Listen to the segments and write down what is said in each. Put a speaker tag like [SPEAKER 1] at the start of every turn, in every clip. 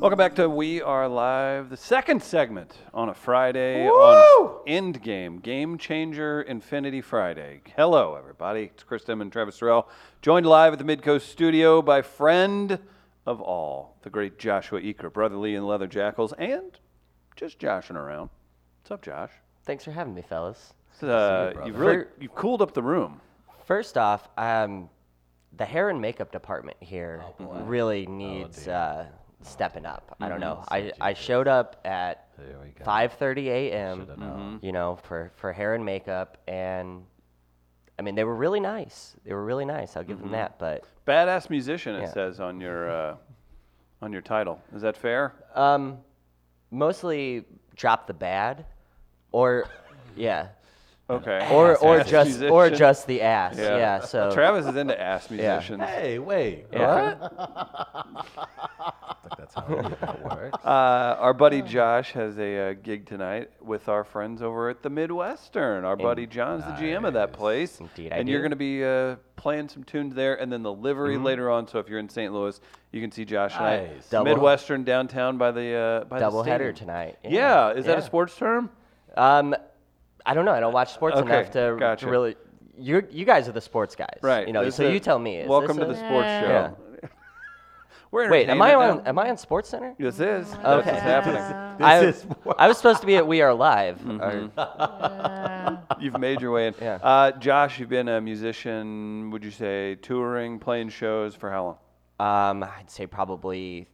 [SPEAKER 1] Welcome back to We Are Live, the second segment on a Friday on Endgame, Game Changer Infinity Friday. Hello, everybody. It's Chris Dim and Travis Terrell, joined live at the Midcoast studio by friend of all, the great Joshua Eaker, brotherly and leather jackals, and just joshing around. What's up, Josh?
[SPEAKER 2] Thanks for having me, fellas.
[SPEAKER 1] It's, uh, you've really
[SPEAKER 2] For-
[SPEAKER 1] you've cooled up the room.
[SPEAKER 2] First off, um, the hair and makeup department here
[SPEAKER 1] Oh,
[SPEAKER 2] really needs uh, stepping up. I don't
[SPEAKER 1] Mm-hmm.
[SPEAKER 2] know. I, I showed up at 5:30 a.m. Mm-hmm. You know, for for hair and makeup, and I mean they were really nice. They were really nice. I'll give them
[SPEAKER 1] Mm-hmm.
[SPEAKER 2] that. But
[SPEAKER 1] Badass musician, it
[SPEAKER 2] Yeah.
[SPEAKER 1] says on your uh, on your title. Is that fair?
[SPEAKER 2] um, mostly drop the bad, or yeah,
[SPEAKER 1] Okay.
[SPEAKER 2] or or
[SPEAKER 1] Ass
[SPEAKER 2] just or
[SPEAKER 1] musician.
[SPEAKER 2] just the ass. Yeah. so
[SPEAKER 1] Travis is into ass musicians.
[SPEAKER 3] Hey, wait.
[SPEAKER 2] yeah.
[SPEAKER 3] I think that's how it works.
[SPEAKER 1] Uh, our buddy Josh has a uh, gig tonight with our friends over at the Midwestern. Our buddy John's the GM of that place,
[SPEAKER 2] Indeed, I
[SPEAKER 1] and you're
[SPEAKER 2] do. Mm-hmm.
[SPEAKER 1] going to be uh, playing some tunes there, and then the livery later on. So if you're in St. Louis, you can see Josh tonight.
[SPEAKER 3] Nice.
[SPEAKER 2] Double-
[SPEAKER 1] Midwestern downtown by the uh, by
[SPEAKER 2] double
[SPEAKER 1] the
[SPEAKER 2] header
[SPEAKER 1] stadium.
[SPEAKER 2] tonight.
[SPEAKER 1] Yeah, is that a
[SPEAKER 2] Yeah.
[SPEAKER 1] sports term?
[SPEAKER 2] Um, I don't know. I don't watch sports
[SPEAKER 1] Okay,
[SPEAKER 2] enough to, to
[SPEAKER 1] gotcha.
[SPEAKER 2] really. You you guys are the sports guys,
[SPEAKER 1] Right.
[SPEAKER 2] You know,
[SPEAKER 1] this
[SPEAKER 2] so
[SPEAKER 1] is-
[SPEAKER 2] you tell me. Is
[SPEAKER 1] welcome
[SPEAKER 2] this
[SPEAKER 1] to the
[SPEAKER 2] a-
[SPEAKER 1] sports show.
[SPEAKER 2] Yeah.
[SPEAKER 1] We're
[SPEAKER 2] Wait, am I
[SPEAKER 1] entertainment
[SPEAKER 2] on?
[SPEAKER 1] now.
[SPEAKER 2] Am I on Sports Center?
[SPEAKER 1] This is. This
[SPEAKER 2] Oh, Okay.
[SPEAKER 1] is happening.
[SPEAKER 2] I,
[SPEAKER 3] is
[SPEAKER 2] I was supposed to be at We Are Live.
[SPEAKER 1] Mm-hmm.
[SPEAKER 2] or-
[SPEAKER 1] You've made your way in.
[SPEAKER 2] Yeah.
[SPEAKER 1] Uh, Josh, you've been a musician, would you say, touring, playing shows for how long?
[SPEAKER 2] um, I'd say probably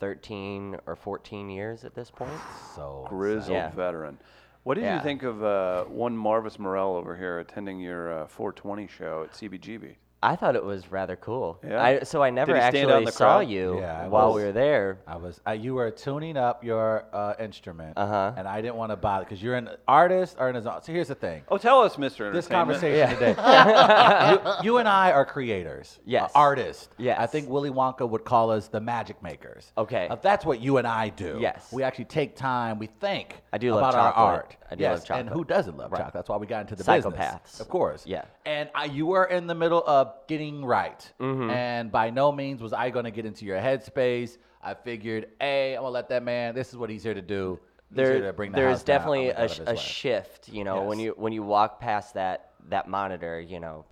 [SPEAKER 2] thirteen or fourteen years at this point.
[SPEAKER 3] So
[SPEAKER 1] Grizzled
[SPEAKER 2] Yeah.
[SPEAKER 1] veteran. What did
[SPEAKER 2] Yeah.
[SPEAKER 1] you think of uh, one Marvis Morell over here attending your uh, 420 show at CBGB?
[SPEAKER 2] I thought it was rather cool.
[SPEAKER 1] Yeah.
[SPEAKER 2] I, so I never
[SPEAKER 1] he stand out in
[SPEAKER 2] actually
[SPEAKER 1] the
[SPEAKER 2] saw
[SPEAKER 1] crowd?
[SPEAKER 2] you
[SPEAKER 3] Yeah, I
[SPEAKER 2] while
[SPEAKER 3] was-
[SPEAKER 2] we were there.
[SPEAKER 3] I was uh, you were tuning up your uh, instrument,
[SPEAKER 2] Uh-huh.
[SPEAKER 3] and I didn't want to bother because you're an artist or an so here's the thing.
[SPEAKER 1] Oh, tell us, Mr. Entertainment.
[SPEAKER 3] This conversation today, you, you and I are creators,
[SPEAKER 2] Yes.
[SPEAKER 3] uh, artists.
[SPEAKER 2] Yes.
[SPEAKER 3] I think Willy Wonka would call us the magic makers.
[SPEAKER 2] Okay.
[SPEAKER 3] Uh, that's what you and I do.
[SPEAKER 2] Yes.
[SPEAKER 3] we actually take time. We think
[SPEAKER 2] I do love
[SPEAKER 3] about our
[SPEAKER 2] chocolate.
[SPEAKER 3] art.
[SPEAKER 2] I do
[SPEAKER 3] yes,
[SPEAKER 2] love
[SPEAKER 3] and
[SPEAKER 2] chocolate.
[SPEAKER 3] who doesn't love
[SPEAKER 2] Right.
[SPEAKER 3] chocolate? That's why we got into the
[SPEAKER 2] Psychopaths.
[SPEAKER 3] business. Of course.
[SPEAKER 2] Yeah.
[SPEAKER 3] And I, you were in the middle of getting right.
[SPEAKER 2] Mm-hmm.
[SPEAKER 3] And by no means was I going to get into your headspace. I figured, hey, I'm going to let that man, this is what he's here to do. He's
[SPEAKER 2] there,
[SPEAKER 3] here to bring the
[SPEAKER 2] there's
[SPEAKER 3] house down. I'm
[SPEAKER 2] definitely
[SPEAKER 3] gonna go
[SPEAKER 2] a,
[SPEAKER 3] to
[SPEAKER 2] sh-
[SPEAKER 3] this
[SPEAKER 2] a
[SPEAKER 3] way.
[SPEAKER 2] shift you know when
[SPEAKER 3] Yes.
[SPEAKER 2] you when you walk past that that monitor you know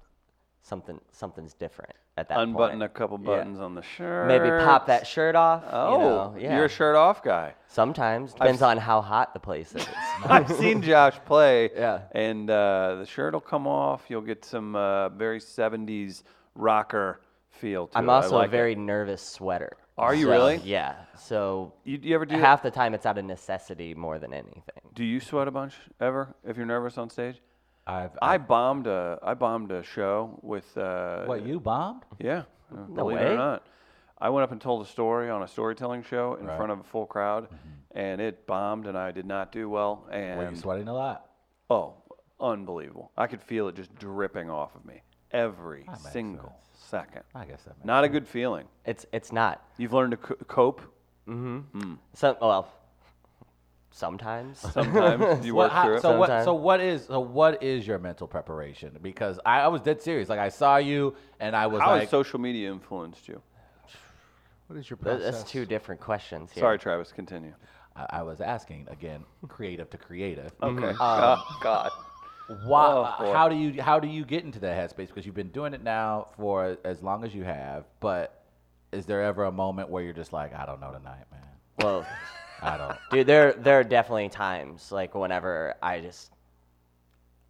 [SPEAKER 2] something something's different at that
[SPEAKER 1] Unbutton a
[SPEAKER 2] point.
[SPEAKER 1] couple
[SPEAKER 2] Yeah.
[SPEAKER 1] buttons on the shirt.
[SPEAKER 2] maybe pop that shirt off
[SPEAKER 1] Oh,
[SPEAKER 2] you know, yeah
[SPEAKER 1] you're a shirt off guy.
[SPEAKER 2] sometimes depends on how hot the place is
[SPEAKER 1] I've seen Josh play,
[SPEAKER 2] Yeah.
[SPEAKER 1] and uh, the shirt will come off. You'll get some uh, very 70s rocker feel to it.
[SPEAKER 2] i'm
[SPEAKER 1] I
[SPEAKER 2] also
[SPEAKER 1] like
[SPEAKER 2] a
[SPEAKER 1] it.
[SPEAKER 2] very nervous sweater
[SPEAKER 1] Are you
[SPEAKER 2] So,
[SPEAKER 1] really?
[SPEAKER 2] yeah so
[SPEAKER 1] You, you ever do that?
[SPEAKER 2] half the time it's out of necessity more than anything
[SPEAKER 1] Do you sweat a bunch ever if you're nervous on stage?
[SPEAKER 3] I've,
[SPEAKER 1] I bombed a I bombed a show with uh,
[SPEAKER 3] what, you bombed?
[SPEAKER 1] Yeah, uh, believe it
[SPEAKER 2] way.
[SPEAKER 1] or not, I went up and told a story on a storytelling show in front of a full crowd, and it bombed, and I did not do well. And
[SPEAKER 3] Were Mm-hmm. you sweating a lot?
[SPEAKER 1] Oh, unbelievable. I could feel it just dripping off of me every
[SPEAKER 3] makes
[SPEAKER 1] single second.
[SPEAKER 3] I guess that makes
[SPEAKER 1] Not a good feeling.
[SPEAKER 2] it's it's not
[SPEAKER 1] You've learned to co- cope
[SPEAKER 2] some well sometimes
[SPEAKER 1] sometimes. you
[SPEAKER 3] What-
[SPEAKER 1] work
[SPEAKER 3] how-
[SPEAKER 1] through it.
[SPEAKER 3] so what?
[SPEAKER 2] Sometime.
[SPEAKER 3] So what is? So what is your mental preparation? Because I, I was dead serious. Like I saw you, and I was
[SPEAKER 1] How
[SPEAKER 3] like,
[SPEAKER 1] has social media influenced you?
[SPEAKER 4] What is your
[SPEAKER 2] Th-
[SPEAKER 4] process?
[SPEAKER 2] that's two different questions here.
[SPEAKER 1] Sorry, Travis, continue.
[SPEAKER 3] I, I was asking again, creative to creative.
[SPEAKER 1] Okay.
[SPEAKER 3] Uh,
[SPEAKER 1] Oh, God.
[SPEAKER 3] Why,
[SPEAKER 1] Oh, boy.
[SPEAKER 3] how do you how do you get into that headspace? Because you've been doing it now for as long as you have. But is there ever a moment where you're just like, I don't know tonight, man.
[SPEAKER 2] Well,
[SPEAKER 3] I don't.
[SPEAKER 2] dude, there there are definitely times like whenever I just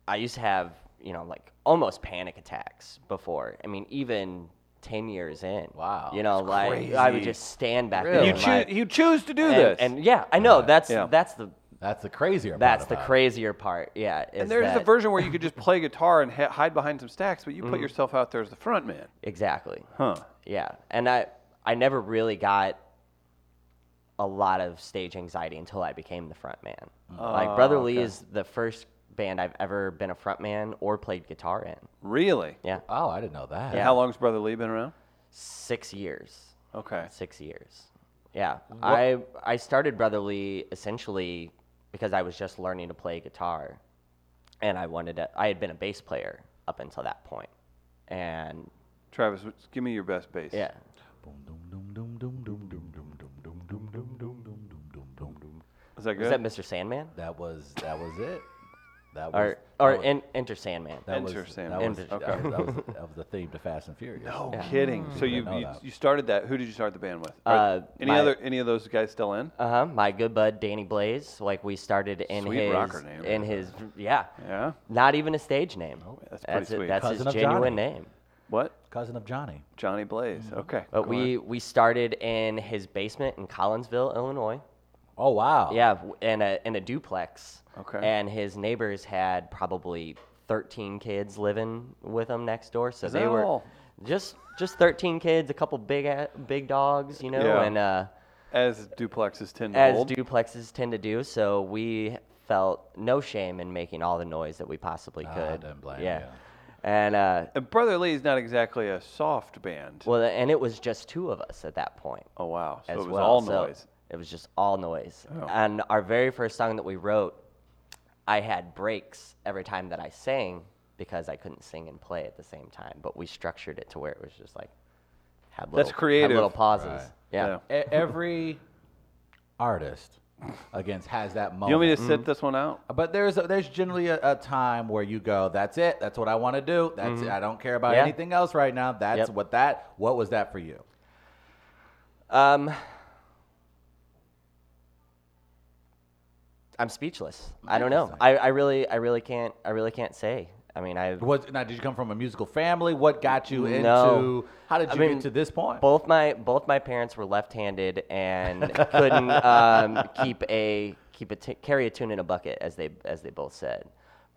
[SPEAKER 2] I used to have you know like almost panic attacks before. I mean, even ten years in.
[SPEAKER 3] Wow,
[SPEAKER 2] You know,
[SPEAKER 3] that's
[SPEAKER 2] like I would
[SPEAKER 1] crazy.
[SPEAKER 2] just stand back
[SPEAKER 3] Really?
[SPEAKER 2] there.
[SPEAKER 1] You,
[SPEAKER 2] and,
[SPEAKER 1] choo-
[SPEAKER 2] like-
[SPEAKER 1] you choose to do
[SPEAKER 2] and,
[SPEAKER 1] this.
[SPEAKER 2] and yeah, I know that's
[SPEAKER 1] Yeah.
[SPEAKER 2] that's the
[SPEAKER 3] That's the crazier. part
[SPEAKER 2] that's the
[SPEAKER 3] about it.
[SPEAKER 2] crazier part. Yeah, is
[SPEAKER 1] And there's the
[SPEAKER 2] that- Mm-hmm.
[SPEAKER 1] version where you could just play guitar and ha- hide behind some stacks, but you put yourself out there as the front man.
[SPEAKER 2] exactly.
[SPEAKER 1] Huh.
[SPEAKER 2] Yeah, and I I never really got a lot of stage anxiety until I became the front man.
[SPEAKER 3] Mm.
[SPEAKER 2] like Brother
[SPEAKER 3] Oh,
[SPEAKER 2] Lee is the first band I've ever been a front man or played guitar in.
[SPEAKER 1] Really?
[SPEAKER 2] Yeah,
[SPEAKER 3] Oh, I didn't know that.
[SPEAKER 1] And how long's Brother Lee been around?
[SPEAKER 2] six years.
[SPEAKER 1] Okay.
[SPEAKER 2] Six years. Yeah, I I started Brother Lee essentially because I was just learning to play guitar, and I wanted to. I had been a bass player up until that point, and
[SPEAKER 1] Travis, give me your best bass.
[SPEAKER 2] yeah,
[SPEAKER 3] Boom, doom, doom, doom, doom, doom, doom, doom, doom, doom, doom, doom,
[SPEAKER 1] Is that good?
[SPEAKER 2] Was that Mr. Sandman?
[SPEAKER 3] That was that was it. That was
[SPEAKER 2] Or
[SPEAKER 3] that
[SPEAKER 2] or
[SPEAKER 3] was-
[SPEAKER 2] in, Enter Sandman?
[SPEAKER 3] that was,
[SPEAKER 1] Enter Sandman.
[SPEAKER 3] That was,
[SPEAKER 2] Enter-
[SPEAKER 3] that was- that was- that was the theme to Fast and Furious.
[SPEAKER 1] No kidding. So you,
[SPEAKER 3] know
[SPEAKER 1] you,
[SPEAKER 3] that.
[SPEAKER 1] you started that. Who did you start the band with?
[SPEAKER 2] Mm. Uh,
[SPEAKER 1] any
[SPEAKER 2] my-
[SPEAKER 1] other any of those guys still in?
[SPEAKER 2] Uh huh. My good bud Danny Blaze. Like we started in
[SPEAKER 1] Sweet
[SPEAKER 2] his
[SPEAKER 1] rocker name.
[SPEAKER 2] in his yeah.
[SPEAKER 1] Yeah. Oh,
[SPEAKER 2] Not even a stage name.
[SPEAKER 1] that's pretty
[SPEAKER 2] that's it-
[SPEAKER 1] sweet.
[SPEAKER 2] that's
[SPEAKER 3] Cousin
[SPEAKER 2] his
[SPEAKER 3] of
[SPEAKER 2] genuine
[SPEAKER 3] Johnny.
[SPEAKER 2] name.
[SPEAKER 1] What?
[SPEAKER 3] Cousin of Johnny.
[SPEAKER 1] Johnny Blaze. Okay.
[SPEAKER 2] Mm-hmm. But
[SPEAKER 1] go on.
[SPEAKER 2] we we started in his basement in Collinsville, Illinois.
[SPEAKER 3] Oh wow.
[SPEAKER 2] Yeah, w- in a in a duplex.
[SPEAKER 1] Okay.
[SPEAKER 2] And his neighbors had probably 13 kids living with him next door, so
[SPEAKER 1] Is
[SPEAKER 2] they
[SPEAKER 1] that
[SPEAKER 2] were
[SPEAKER 1] all?
[SPEAKER 2] just just 13 kids, a couple big a- big dogs, you know,
[SPEAKER 1] Yeah.
[SPEAKER 2] and uh,
[SPEAKER 1] as duplexes tend to
[SPEAKER 2] as
[SPEAKER 1] hold.
[SPEAKER 2] duplexes tend to do. So we felt no shame in making all the noise that we possibly
[SPEAKER 3] Ah,
[SPEAKER 2] could.
[SPEAKER 3] don't blame
[SPEAKER 2] yeah.
[SPEAKER 3] you.
[SPEAKER 2] And uh,
[SPEAKER 1] and Brother Lee is not exactly a soft band.
[SPEAKER 2] well, and it was just two of us at that point.
[SPEAKER 1] oh wow. So
[SPEAKER 2] as
[SPEAKER 1] it was
[SPEAKER 2] well.
[SPEAKER 1] all
[SPEAKER 2] so
[SPEAKER 1] noise.
[SPEAKER 2] It was just all noise.
[SPEAKER 1] Oh.
[SPEAKER 2] And our very first song that we wrote, I had breaks every time that I sang because I couldn't sing and play at the same time. But we structured it to where it was just like had little, had
[SPEAKER 1] creative.
[SPEAKER 2] little pauses.
[SPEAKER 3] Right.
[SPEAKER 2] Yeah.
[SPEAKER 1] Yeah.
[SPEAKER 3] E- every artist against has that moment.
[SPEAKER 1] You want me to
[SPEAKER 2] Mm-hmm.
[SPEAKER 1] sit this one out?
[SPEAKER 3] But there's a, there's generally a, a time where you go, that's it. That's what I want to do. That's
[SPEAKER 1] Mm-hmm.
[SPEAKER 3] it. I don't care about
[SPEAKER 2] Yeah.
[SPEAKER 3] anything else right now. That's
[SPEAKER 2] Yep.
[SPEAKER 3] what that. What was that for you?
[SPEAKER 2] Um, I'm speechless. I don't know. I, I really I really can't I really can't say. I mean I
[SPEAKER 3] Was now did you come from a musical family? What got you into?
[SPEAKER 2] No.
[SPEAKER 3] How did
[SPEAKER 2] I
[SPEAKER 3] you
[SPEAKER 2] mean,
[SPEAKER 3] get to this point?
[SPEAKER 2] both my both my parents were left-handed and couldn't um, keep a keep a t- carry a tune in a bucket as they as they both said.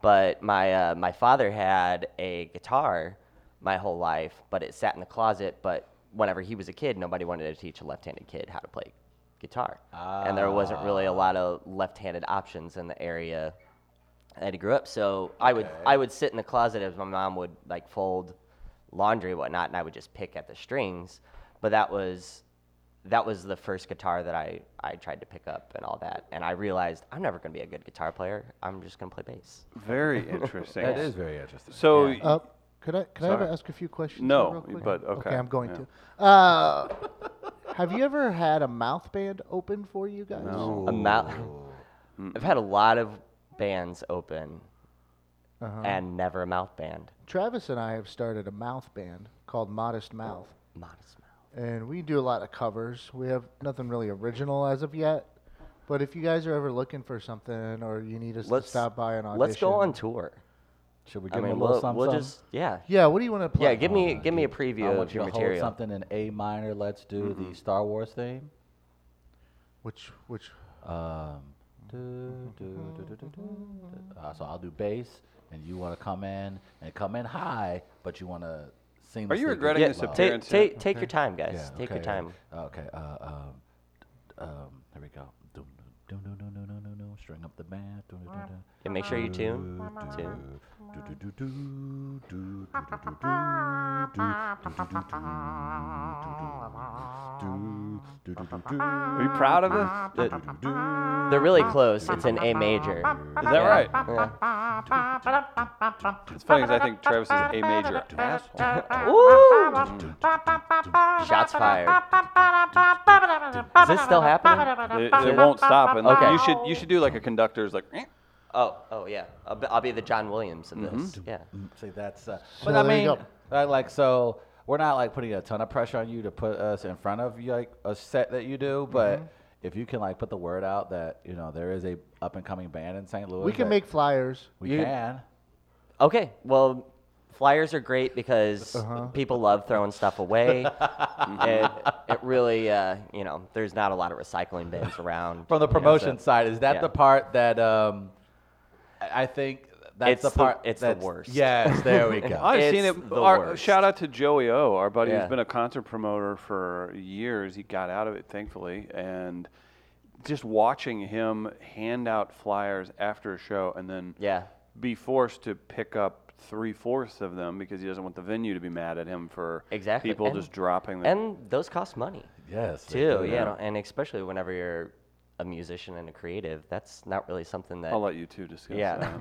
[SPEAKER 2] But my uh, my father had a guitar my whole life, but it sat in the closet. But whenever he was a kid, nobody wanted to teach a left-handed kid how to play guitar, and there wasn't really
[SPEAKER 3] Ah.
[SPEAKER 2] a lot of left-handed options in the area that he grew up. So I would I would sit in the closet as my mom would like fold laundry and whatnot, and I would just pick at the strings. But that was that was the first guitar that I I tried to pick up and all that, and I realized I'm never gonna be a good guitar player. I'm just gonna play bass.
[SPEAKER 1] Very interesting.
[SPEAKER 3] that is very interesting.
[SPEAKER 1] So
[SPEAKER 4] Uh, could I could I
[SPEAKER 1] Sorry.
[SPEAKER 4] ever ask a few questions?
[SPEAKER 1] No,
[SPEAKER 4] real quick?
[SPEAKER 1] but okay,
[SPEAKER 4] I'm going
[SPEAKER 1] yeah.
[SPEAKER 4] to. Uh, have you ever had a mouth band open for you guys?
[SPEAKER 2] A mou- I've had a lot of bands open,
[SPEAKER 3] Uh-huh.
[SPEAKER 2] and never a mouth band.
[SPEAKER 4] Travis and I have started a mouth band called Modest Mouth,
[SPEAKER 2] Modest mouth.
[SPEAKER 4] and we do a lot of covers. We have nothing really original as of yet. But if you guys are ever looking for something or you need us
[SPEAKER 2] Let's
[SPEAKER 4] to stop by and audition,
[SPEAKER 2] Let's go on tour.
[SPEAKER 3] Should we
[SPEAKER 2] I
[SPEAKER 3] give
[SPEAKER 2] mean,
[SPEAKER 3] him a little
[SPEAKER 2] we'll,
[SPEAKER 3] something?
[SPEAKER 2] we'll
[SPEAKER 3] something?
[SPEAKER 2] just yeah
[SPEAKER 4] Yeah, what do you want to play?
[SPEAKER 2] yeah. Give me give me a preview
[SPEAKER 3] I want
[SPEAKER 2] of
[SPEAKER 3] you
[SPEAKER 2] your
[SPEAKER 3] to
[SPEAKER 2] material.
[SPEAKER 3] hold something in A minor. Let's do the Star Wars theme.
[SPEAKER 4] Which which?
[SPEAKER 3] Um, do, do, do, do, do, do. Uh, so I'll do bass, and you want to come in and come in high, but you want to sing.
[SPEAKER 1] Are you regretting
[SPEAKER 2] Yeah,
[SPEAKER 1] this
[SPEAKER 2] ta-
[SPEAKER 1] appearance?
[SPEAKER 2] ta-
[SPEAKER 1] here?
[SPEAKER 2] take your time, guys. take your time.
[SPEAKER 3] Okay. Uh, um, um, here we go. Dum, dum, dum, dum, dum, dum, dum, dum. String up the band. Dum, dum, dum, dum.
[SPEAKER 2] And make sure you tune. tune.
[SPEAKER 1] Are you proud of this?
[SPEAKER 3] Uh,
[SPEAKER 2] They're really close. It's in A major.
[SPEAKER 1] Is that right? It's funny because I think Travis is a major asshole.
[SPEAKER 2] Woo! Shots fired. Is this still happening?
[SPEAKER 1] It, it won't stop. And like,
[SPEAKER 2] Okay.
[SPEAKER 1] you should you should do like a conductor's like. "Eh."
[SPEAKER 2] Oh, oh yeah. I'll be, I'll be the John Williams in
[SPEAKER 3] Mm-hmm.
[SPEAKER 2] this. Yeah.
[SPEAKER 3] See, that's. Uh,
[SPEAKER 4] So
[SPEAKER 3] but I
[SPEAKER 4] there you
[SPEAKER 3] mean,
[SPEAKER 4] go.
[SPEAKER 3] I like so we're not like putting a ton of pressure on you to put us in front of like a set that you do, but if you can like put the word out that you know there is a up and coming band in St. Louis,
[SPEAKER 4] We can
[SPEAKER 3] that
[SPEAKER 4] make flyers.
[SPEAKER 3] We
[SPEAKER 4] You-
[SPEAKER 3] can.
[SPEAKER 2] Okay. Well, flyers are great because
[SPEAKER 3] Uh-huh.
[SPEAKER 2] people love throwing stuff away. it, it really, uh, you know, there's not a lot of recycling bins around.
[SPEAKER 3] From the
[SPEAKER 2] you know, so-
[SPEAKER 3] promotion side, is that
[SPEAKER 2] yeah.
[SPEAKER 3] the part that um, I I think that's
[SPEAKER 2] It's
[SPEAKER 3] the
[SPEAKER 2] the-
[SPEAKER 3] part.
[SPEAKER 2] it's the
[SPEAKER 3] that's-
[SPEAKER 2] worst.
[SPEAKER 3] Yes, there we go.
[SPEAKER 1] I've seen
[SPEAKER 2] It's
[SPEAKER 1] it.
[SPEAKER 2] the
[SPEAKER 1] our-
[SPEAKER 2] worst.
[SPEAKER 1] Shout out to Joey O, our buddy
[SPEAKER 2] Yeah.
[SPEAKER 1] who's been a concert promoter for years. He got out of it, thankfully, and just watching him hand out flyers after a show and then
[SPEAKER 2] Yeah.
[SPEAKER 1] be forced to pick up three fourths of them because he doesn't want the venue to be mad at him for
[SPEAKER 2] Exactly.
[SPEAKER 1] people
[SPEAKER 2] And-
[SPEAKER 1] just dropping them.
[SPEAKER 2] And those cost money.
[SPEAKER 3] yes, they
[SPEAKER 2] too.
[SPEAKER 3] do.
[SPEAKER 2] Yeah, and especially whenever you're a musician and a creative, that's not really something that
[SPEAKER 1] I'll let you two discuss.
[SPEAKER 2] Yeah.
[SPEAKER 1] that.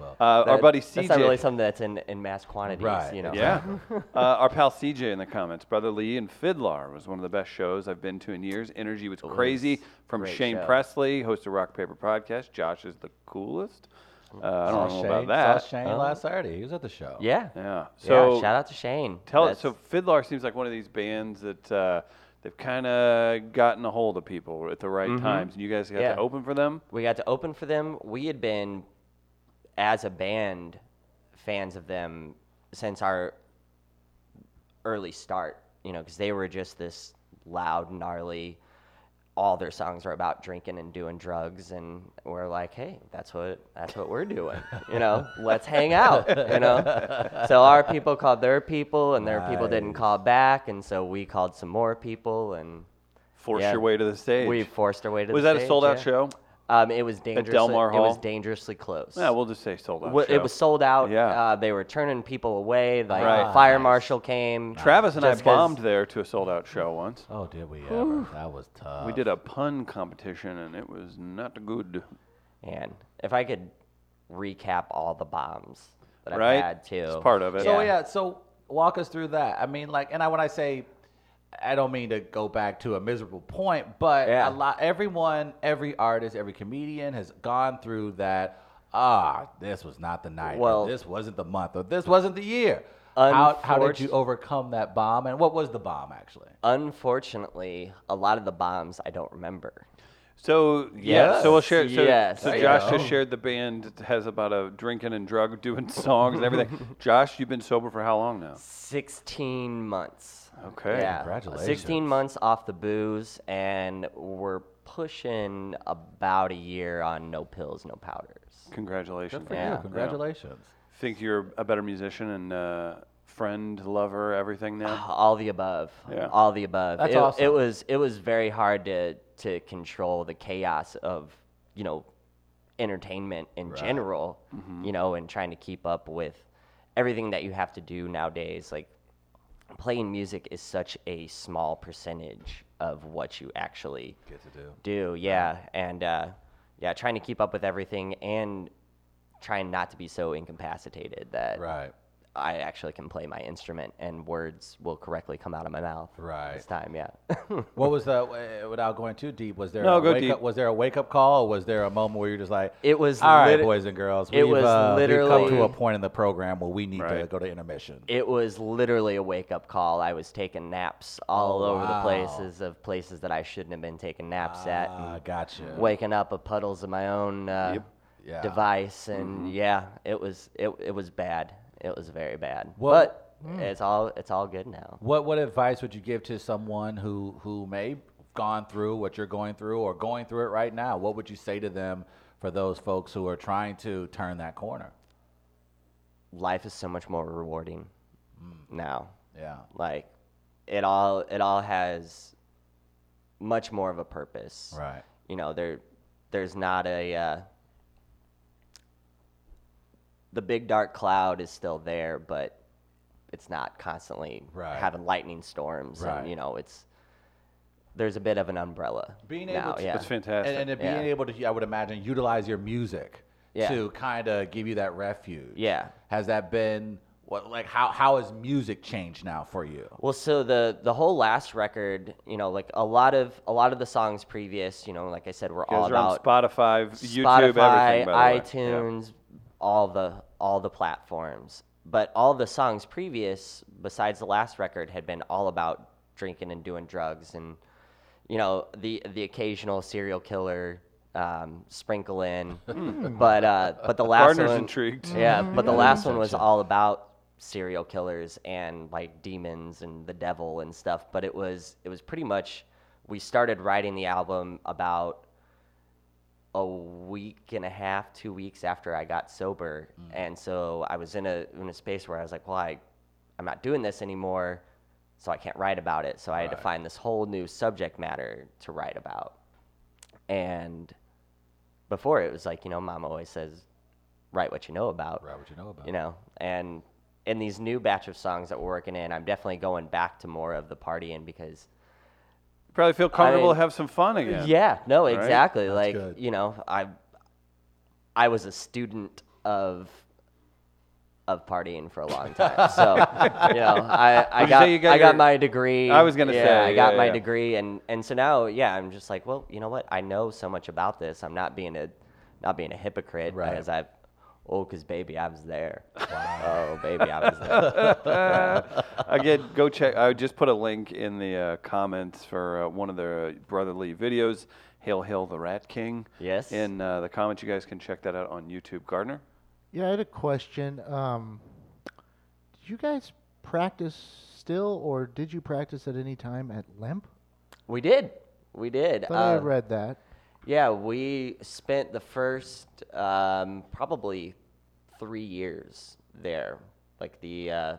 [SPEAKER 3] Well,
[SPEAKER 1] Uh, our
[SPEAKER 2] that-
[SPEAKER 1] buddy CJ.
[SPEAKER 2] That's not really something that's in, in mass quantities,
[SPEAKER 3] Right,
[SPEAKER 2] you know.
[SPEAKER 1] Yeah. uh, our pal CJ in the comments, Brother Lee and Fiddlar was one of the best shows I've been to in years. Energy was crazy from
[SPEAKER 2] Oh, great
[SPEAKER 1] Shane
[SPEAKER 2] show.
[SPEAKER 1] Presley, host of Rock Paper Podcast. Josh is the coolest.
[SPEAKER 2] Mm-hmm.
[SPEAKER 1] Uh, I don't know
[SPEAKER 3] Shane,
[SPEAKER 1] about that.
[SPEAKER 3] Saw Shane last Saturday. He was at the show.
[SPEAKER 2] Yeah.
[SPEAKER 1] Yeah.
[SPEAKER 2] So
[SPEAKER 1] So
[SPEAKER 2] shout out to Shane.
[SPEAKER 1] tell it.
[SPEAKER 2] That's-
[SPEAKER 1] So Fiddlar seems like one of these bands that uh, they've kind of gotten a hold of people at the right times, and you guys got
[SPEAKER 2] Mm-hmm. Yeah.
[SPEAKER 1] to open for them.
[SPEAKER 2] we got to open for them. We had been, as a band, fans of them since our early start, you know, because they were just this loud, gnarly. All their songs are about drinking and doing drugs, and we're like, "Hey, that's what that's what we're doing, you know. Let's hang out, you know." So our people called their people, and their people didn't call back, and so we called some more people, and
[SPEAKER 1] Force
[SPEAKER 2] Yeah.
[SPEAKER 1] your way to the stage.
[SPEAKER 2] we forced our way to.
[SPEAKER 1] was
[SPEAKER 2] the
[SPEAKER 1] that a
[SPEAKER 2] stage,
[SPEAKER 1] sold out
[SPEAKER 2] yeah.
[SPEAKER 1] show?
[SPEAKER 2] Um, it was dangerously.
[SPEAKER 1] Mar
[SPEAKER 2] It
[SPEAKER 1] Hall?
[SPEAKER 2] was dangerously close.
[SPEAKER 1] Yeah, we'll just say sold out.
[SPEAKER 2] Wa-
[SPEAKER 1] show.
[SPEAKER 2] it was sold out.
[SPEAKER 1] Yeah.
[SPEAKER 2] Uh, they were turning people away. Like
[SPEAKER 1] Right.
[SPEAKER 2] fire marshal came.
[SPEAKER 1] Travis and I
[SPEAKER 2] Just 'cause-
[SPEAKER 1] bombed there to a sold out show once.
[SPEAKER 2] Uh,
[SPEAKER 3] Oh, did we ever? That was tough.
[SPEAKER 1] We did a pun competition and it was not good.
[SPEAKER 2] And if I could recap all the bombs that
[SPEAKER 1] Right?
[SPEAKER 2] I've had too.
[SPEAKER 1] It's part of it. Oh,
[SPEAKER 3] So
[SPEAKER 2] Yeah.
[SPEAKER 3] yeah, so walk us through that. I mean, like, and I when I say, I don't mean to go back to a miserable point, but
[SPEAKER 2] Yeah.
[SPEAKER 3] a lot, everyone, every artist, every comedian has gone through that. Ah, this was not the night.
[SPEAKER 2] Well-
[SPEAKER 3] or this wasn't the month, or this wasn't the year. How, how did
[SPEAKER 2] Unfortu-
[SPEAKER 3] you overcome that bomb? And what was the bomb actually?
[SPEAKER 2] Unfortunately, a lot of the bombs I don't remember.
[SPEAKER 1] So yeah, so we'll
[SPEAKER 2] Yes,
[SPEAKER 1] share. So,
[SPEAKER 2] yes.
[SPEAKER 1] so
[SPEAKER 2] There you
[SPEAKER 1] Josh
[SPEAKER 3] go.
[SPEAKER 1] just shared the band has about a drinking and drug doing songs and everything. Josh, you've been sober for how long now?
[SPEAKER 2] Sixteen months.
[SPEAKER 1] Okay.
[SPEAKER 2] Yeah. Sixteen
[SPEAKER 3] Congratulations.
[SPEAKER 2] months off the booze, and we're pushing about a year on no pills, no powders.
[SPEAKER 1] Congratulations.
[SPEAKER 2] you. Yeah.
[SPEAKER 3] Congratulations.
[SPEAKER 1] Think you're a better musician and uh, friend, lover, everything now.
[SPEAKER 2] all the above
[SPEAKER 1] Yeah.
[SPEAKER 2] all the above
[SPEAKER 3] That's
[SPEAKER 2] it, it
[SPEAKER 3] awesome.
[SPEAKER 2] was it was very hard to to control the chaos of you know entertainment in general you know and trying to keep up with everything that you have to do nowadays like playing music is such a small percentage of what you actually
[SPEAKER 3] Get to do.
[SPEAKER 2] do yeah and uh, yeah trying to keep up with everything and trying not to be so incapacitated that
[SPEAKER 3] Right.
[SPEAKER 2] I actually can play my instrument and words will correctly come out of my mouth.
[SPEAKER 3] Right.
[SPEAKER 2] This time, yeah.
[SPEAKER 3] What was the uh, without going too deep? Was there
[SPEAKER 1] No,
[SPEAKER 3] a
[SPEAKER 1] go
[SPEAKER 3] wake
[SPEAKER 1] deep.
[SPEAKER 3] Up, was there a wake up call? Or was there a moment where you're just like,
[SPEAKER 2] It was
[SPEAKER 3] all right,
[SPEAKER 2] lit-
[SPEAKER 3] boys and girls,
[SPEAKER 2] it
[SPEAKER 3] we've,
[SPEAKER 2] was
[SPEAKER 3] uh, we've come to
[SPEAKER 2] literally-
[SPEAKER 3] a point in the program where we need to
[SPEAKER 1] Right.
[SPEAKER 3] go to intermission.
[SPEAKER 2] it was literally a wake up call. I was taking naps all
[SPEAKER 3] Oh,
[SPEAKER 2] over
[SPEAKER 3] wow.
[SPEAKER 2] the places of places that I shouldn't have been taking naps at.
[SPEAKER 3] Ah, gotcha.
[SPEAKER 2] Waking up of puddles of my own uh,
[SPEAKER 3] Yeah. Mm-hmm.
[SPEAKER 2] device, and yeah, it was it, it was bad. It was very bad.
[SPEAKER 3] Well-
[SPEAKER 2] but it's all it's all good now.
[SPEAKER 3] What what advice would you give to someone who who may have gone through what you're going through or going through it right now? What would you say to them for those folks who are trying to turn that corner?
[SPEAKER 2] Life is so much more rewarding
[SPEAKER 3] Mm.
[SPEAKER 2] now.
[SPEAKER 3] Yeah.
[SPEAKER 2] like it all it all has much more of a purpose
[SPEAKER 3] Right.
[SPEAKER 2] you know there there's not a uh, the big dark cloud is still there but it's not constantly
[SPEAKER 3] Right.
[SPEAKER 2] having lightning storms
[SPEAKER 3] Right.
[SPEAKER 2] and you know it's there's a bit of an umbrella
[SPEAKER 3] Being
[SPEAKER 2] now,
[SPEAKER 3] able to-
[SPEAKER 2] yeah.
[SPEAKER 1] That's fantastic.
[SPEAKER 3] And, and to
[SPEAKER 2] Yeah.
[SPEAKER 3] being able to, I would imagine, utilize your music
[SPEAKER 2] Yeah.
[SPEAKER 3] to kind of give you that refuge.
[SPEAKER 2] Yeah.
[SPEAKER 3] Has that been what? Like, how how has music changed now for you?
[SPEAKER 2] Well, so the the whole last record, you know, like a lot of a lot of the songs previous, you know, like I said, were
[SPEAKER 1] You
[SPEAKER 2] all
[SPEAKER 1] guys are on
[SPEAKER 2] about
[SPEAKER 1] Spotify, YouTube,
[SPEAKER 2] Spotify,
[SPEAKER 1] everything. By the way. Yeah.
[SPEAKER 2] iTunes, all the all the platforms. But all the songs previous, besides the last record, had been all about drinking and doing drugs, and you know the the occasional serial killer um, sprinkle in. but uh, but the last
[SPEAKER 1] Gardner's
[SPEAKER 2] one,
[SPEAKER 1] Hmm. intrigued.
[SPEAKER 2] yeah. But the last one was all about serial killers and like demons and the devil and stuff. But it was it was pretty much we started writing the album about a week and a half, two weeks after I got sober, and so I was in a in a space where I was like, well, I, I'm not doing this anymore, so I can't write about it. So I had to find this whole new subject matter to write about, and before it was like, you know, mom always says, write what you know about,
[SPEAKER 3] Right, what you know about.
[SPEAKER 2] you know, and in these new batch of songs that we're working in, I'm definitely going back to more of the partying because
[SPEAKER 1] Probably feel comfortable,
[SPEAKER 2] mean-
[SPEAKER 1] have some fun again.
[SPEAKER 2] Yeah, no,
[SPEAKER 1] Right?
[SPEAKER 2] exactly. like
[SPEAKER 3] good.
[SPEAKER 2] you know, I I was a student of of partying for a long time. So you know, I, I
[SPEAKER 1] you
[SPEAKER 2] got
[SPEAKER 1] say you got
[SPEAKER 2] I got
[SPEAKER 1] your-
[SPEAKER 2] my degree.
[SPEAKER 1] I was gonna
[SPEAKER 2] yeah,
[SPEAKER 1] say,
[SPEAKER 2] I got
[SPEAKER 1] yeah,
[SPEAKER 2] my
[SPEAKER 1] yeah.
[SPEAKER 2] degree, and and so now, yeah, I'm just like, well, you know what? I know so much about this. I'm not being a not being a hypocrite
[SPEAKER 3] Right.
[SPEAKER 2] because I. Oh, cause baby, I was there. Oh, baby, I was there.
[SPEAKER 1] Again, go check. I just put a link in the uh, comments for uh, one of the brotherly videos. Hail, hail the Rat King.
[SPEAKER 2] Yes.
[SPEAKER 1] In uh, the comments, you guys can check that out on YouTube. Gardner.
[SPEAKER 4] Yeah, I had a question. Um, did you guys practice still, or did you practice at any time at Limp?
[SPEAKER 2] we did, we did.
[SPEAKER 4] Thought I
[SPEAKER 2] Uh,
[SPEAKER 4] read that.
[SPEAKER 2] Yeah, we spent the first um, probably three years there, like the uh,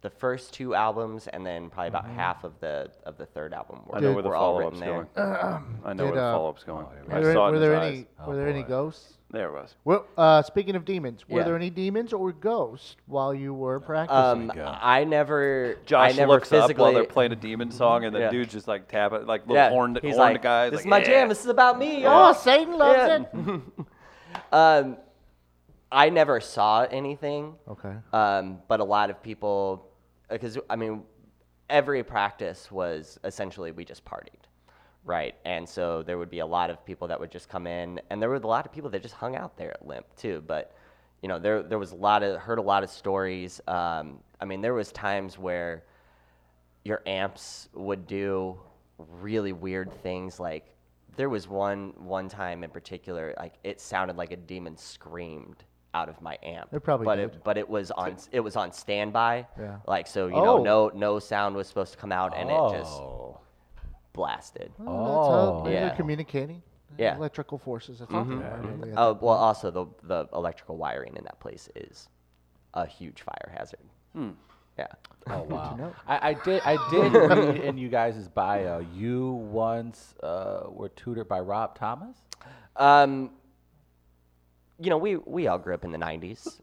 [SPEAKER 2] the first two albums, and then probably about half of the of the Oh, third album. Were,
[SPEAKER 1] I know
[SPEAKER 4] Did-
[SPEAKER 1] where the
[SPEAKER 2] were all
[SPEAKER 1] follow
[SPEAKER 2] written
[SPEAKER 1] up's
[SPEAKER 2] there.
[SPEAKER 1] going. I know
[SPEAKER 4] did,
[SPEAKER 1] where the
[SPEAKER 4] uh,
[SPEAKER 1] follow up's going. I
[SPEAKER 4] Were there,
[SPEAKER 1] saw it
[SPEAKER 4] were
[SPEAKER 1] in
[SPEAKER 4] there
[SPEAKER 1] his
[SPEAKER 4] any
[SPEAKER 1] eyes. Oh,
[SPEAKER 4] were there any ghosts?
[SPEAKER 1] There it was.
[SPEAKER 4] Well, uh, speaking of demons, were
[SPEAKER 2] Yeah.
[SPEAKER 4] there any demons or ghosts while you were practicing?
[SPEAKER 2] Um, I never.
[SPEAKER 1] uh, Josh
[SPEAKER 2] I never
[SPEAKER 1] looks
[SPEAKER 2] physically,
[SPEAKER 1] up while they're playing a demon song, and the
[SPEAKER 2] Yeah.
[SPEAKER 1] dude's just like tap it, like little
[SPEAKER 2] Yeah,
[SPEAKER 1] horned,
[SPEAKER 2] he's
[SPEAKER 1] horned
[SPEAKER 2] like,
[SPEAKER 1] guy.
[SPEAKER 2] This is
[SPEAKER 1] like,
[SPEAKER 2] my
[SPEAKER 1] "Yeah." Mm-hmm.
[SPEAKER 2] jam. This is about me.
[SPEAKER 4] oh, Satan loves it.
[SPEAKER 2] Oh. Um, I never saw anything.
[SPEAKER 4] Okay.
[SPEAKER 2] Um, but a lot of people, because I mean, every practice was essentially we just partied, right? And so there would be a lot of people that would just come in, and there were a lot of people that just hung out there at Limp too. But you know, there there was a lot of heard a lot of stories. Um, I mean, there was times where your amps would do really weird things like there was one one time in particular like it sounded like a demon screamed out of my amp
[SPEAKER 4] It probably
[SPEAKER 2] but
[SPEAKER 4] did.
[SPEAKER 2] it but it was on it was on standby
[SPEAKER 4] Yeah.
[SPEAKER 2] like so you
[SPEAKER 4] Oh.
[SPEAKER 2] know no no sound was supposed to come out and it just
[SPEAKER 3] Oh.
[SPEAKER 2] blasted
[SPEAKER 4] Oh, that's how maybe
[SPEAKER 2] yeah.
[SPEAKER 4] they're communicating.
[SPEAKER 2] Yeah.
[SPEAKER 4] Electrical forces. That's
[SPEAKER 1] Mm-hmm.
[SPEAKER 4] what they are, really, at
[SPEAKER 2] oh well also the the electrical wiring in that place is a huge fire hazard
[SPEAKER 1] Hmm.
[SPEAKER 2] yeah
[SPEAKER 3] Oh wow!
[SPEAKER 4] know.
[SPEAKER 3] I, I did. I did read in you guys' bio. You once uh, were tutored by Rob Thomas.
[SPEAKER 2] um you know we we all grew up in the 90s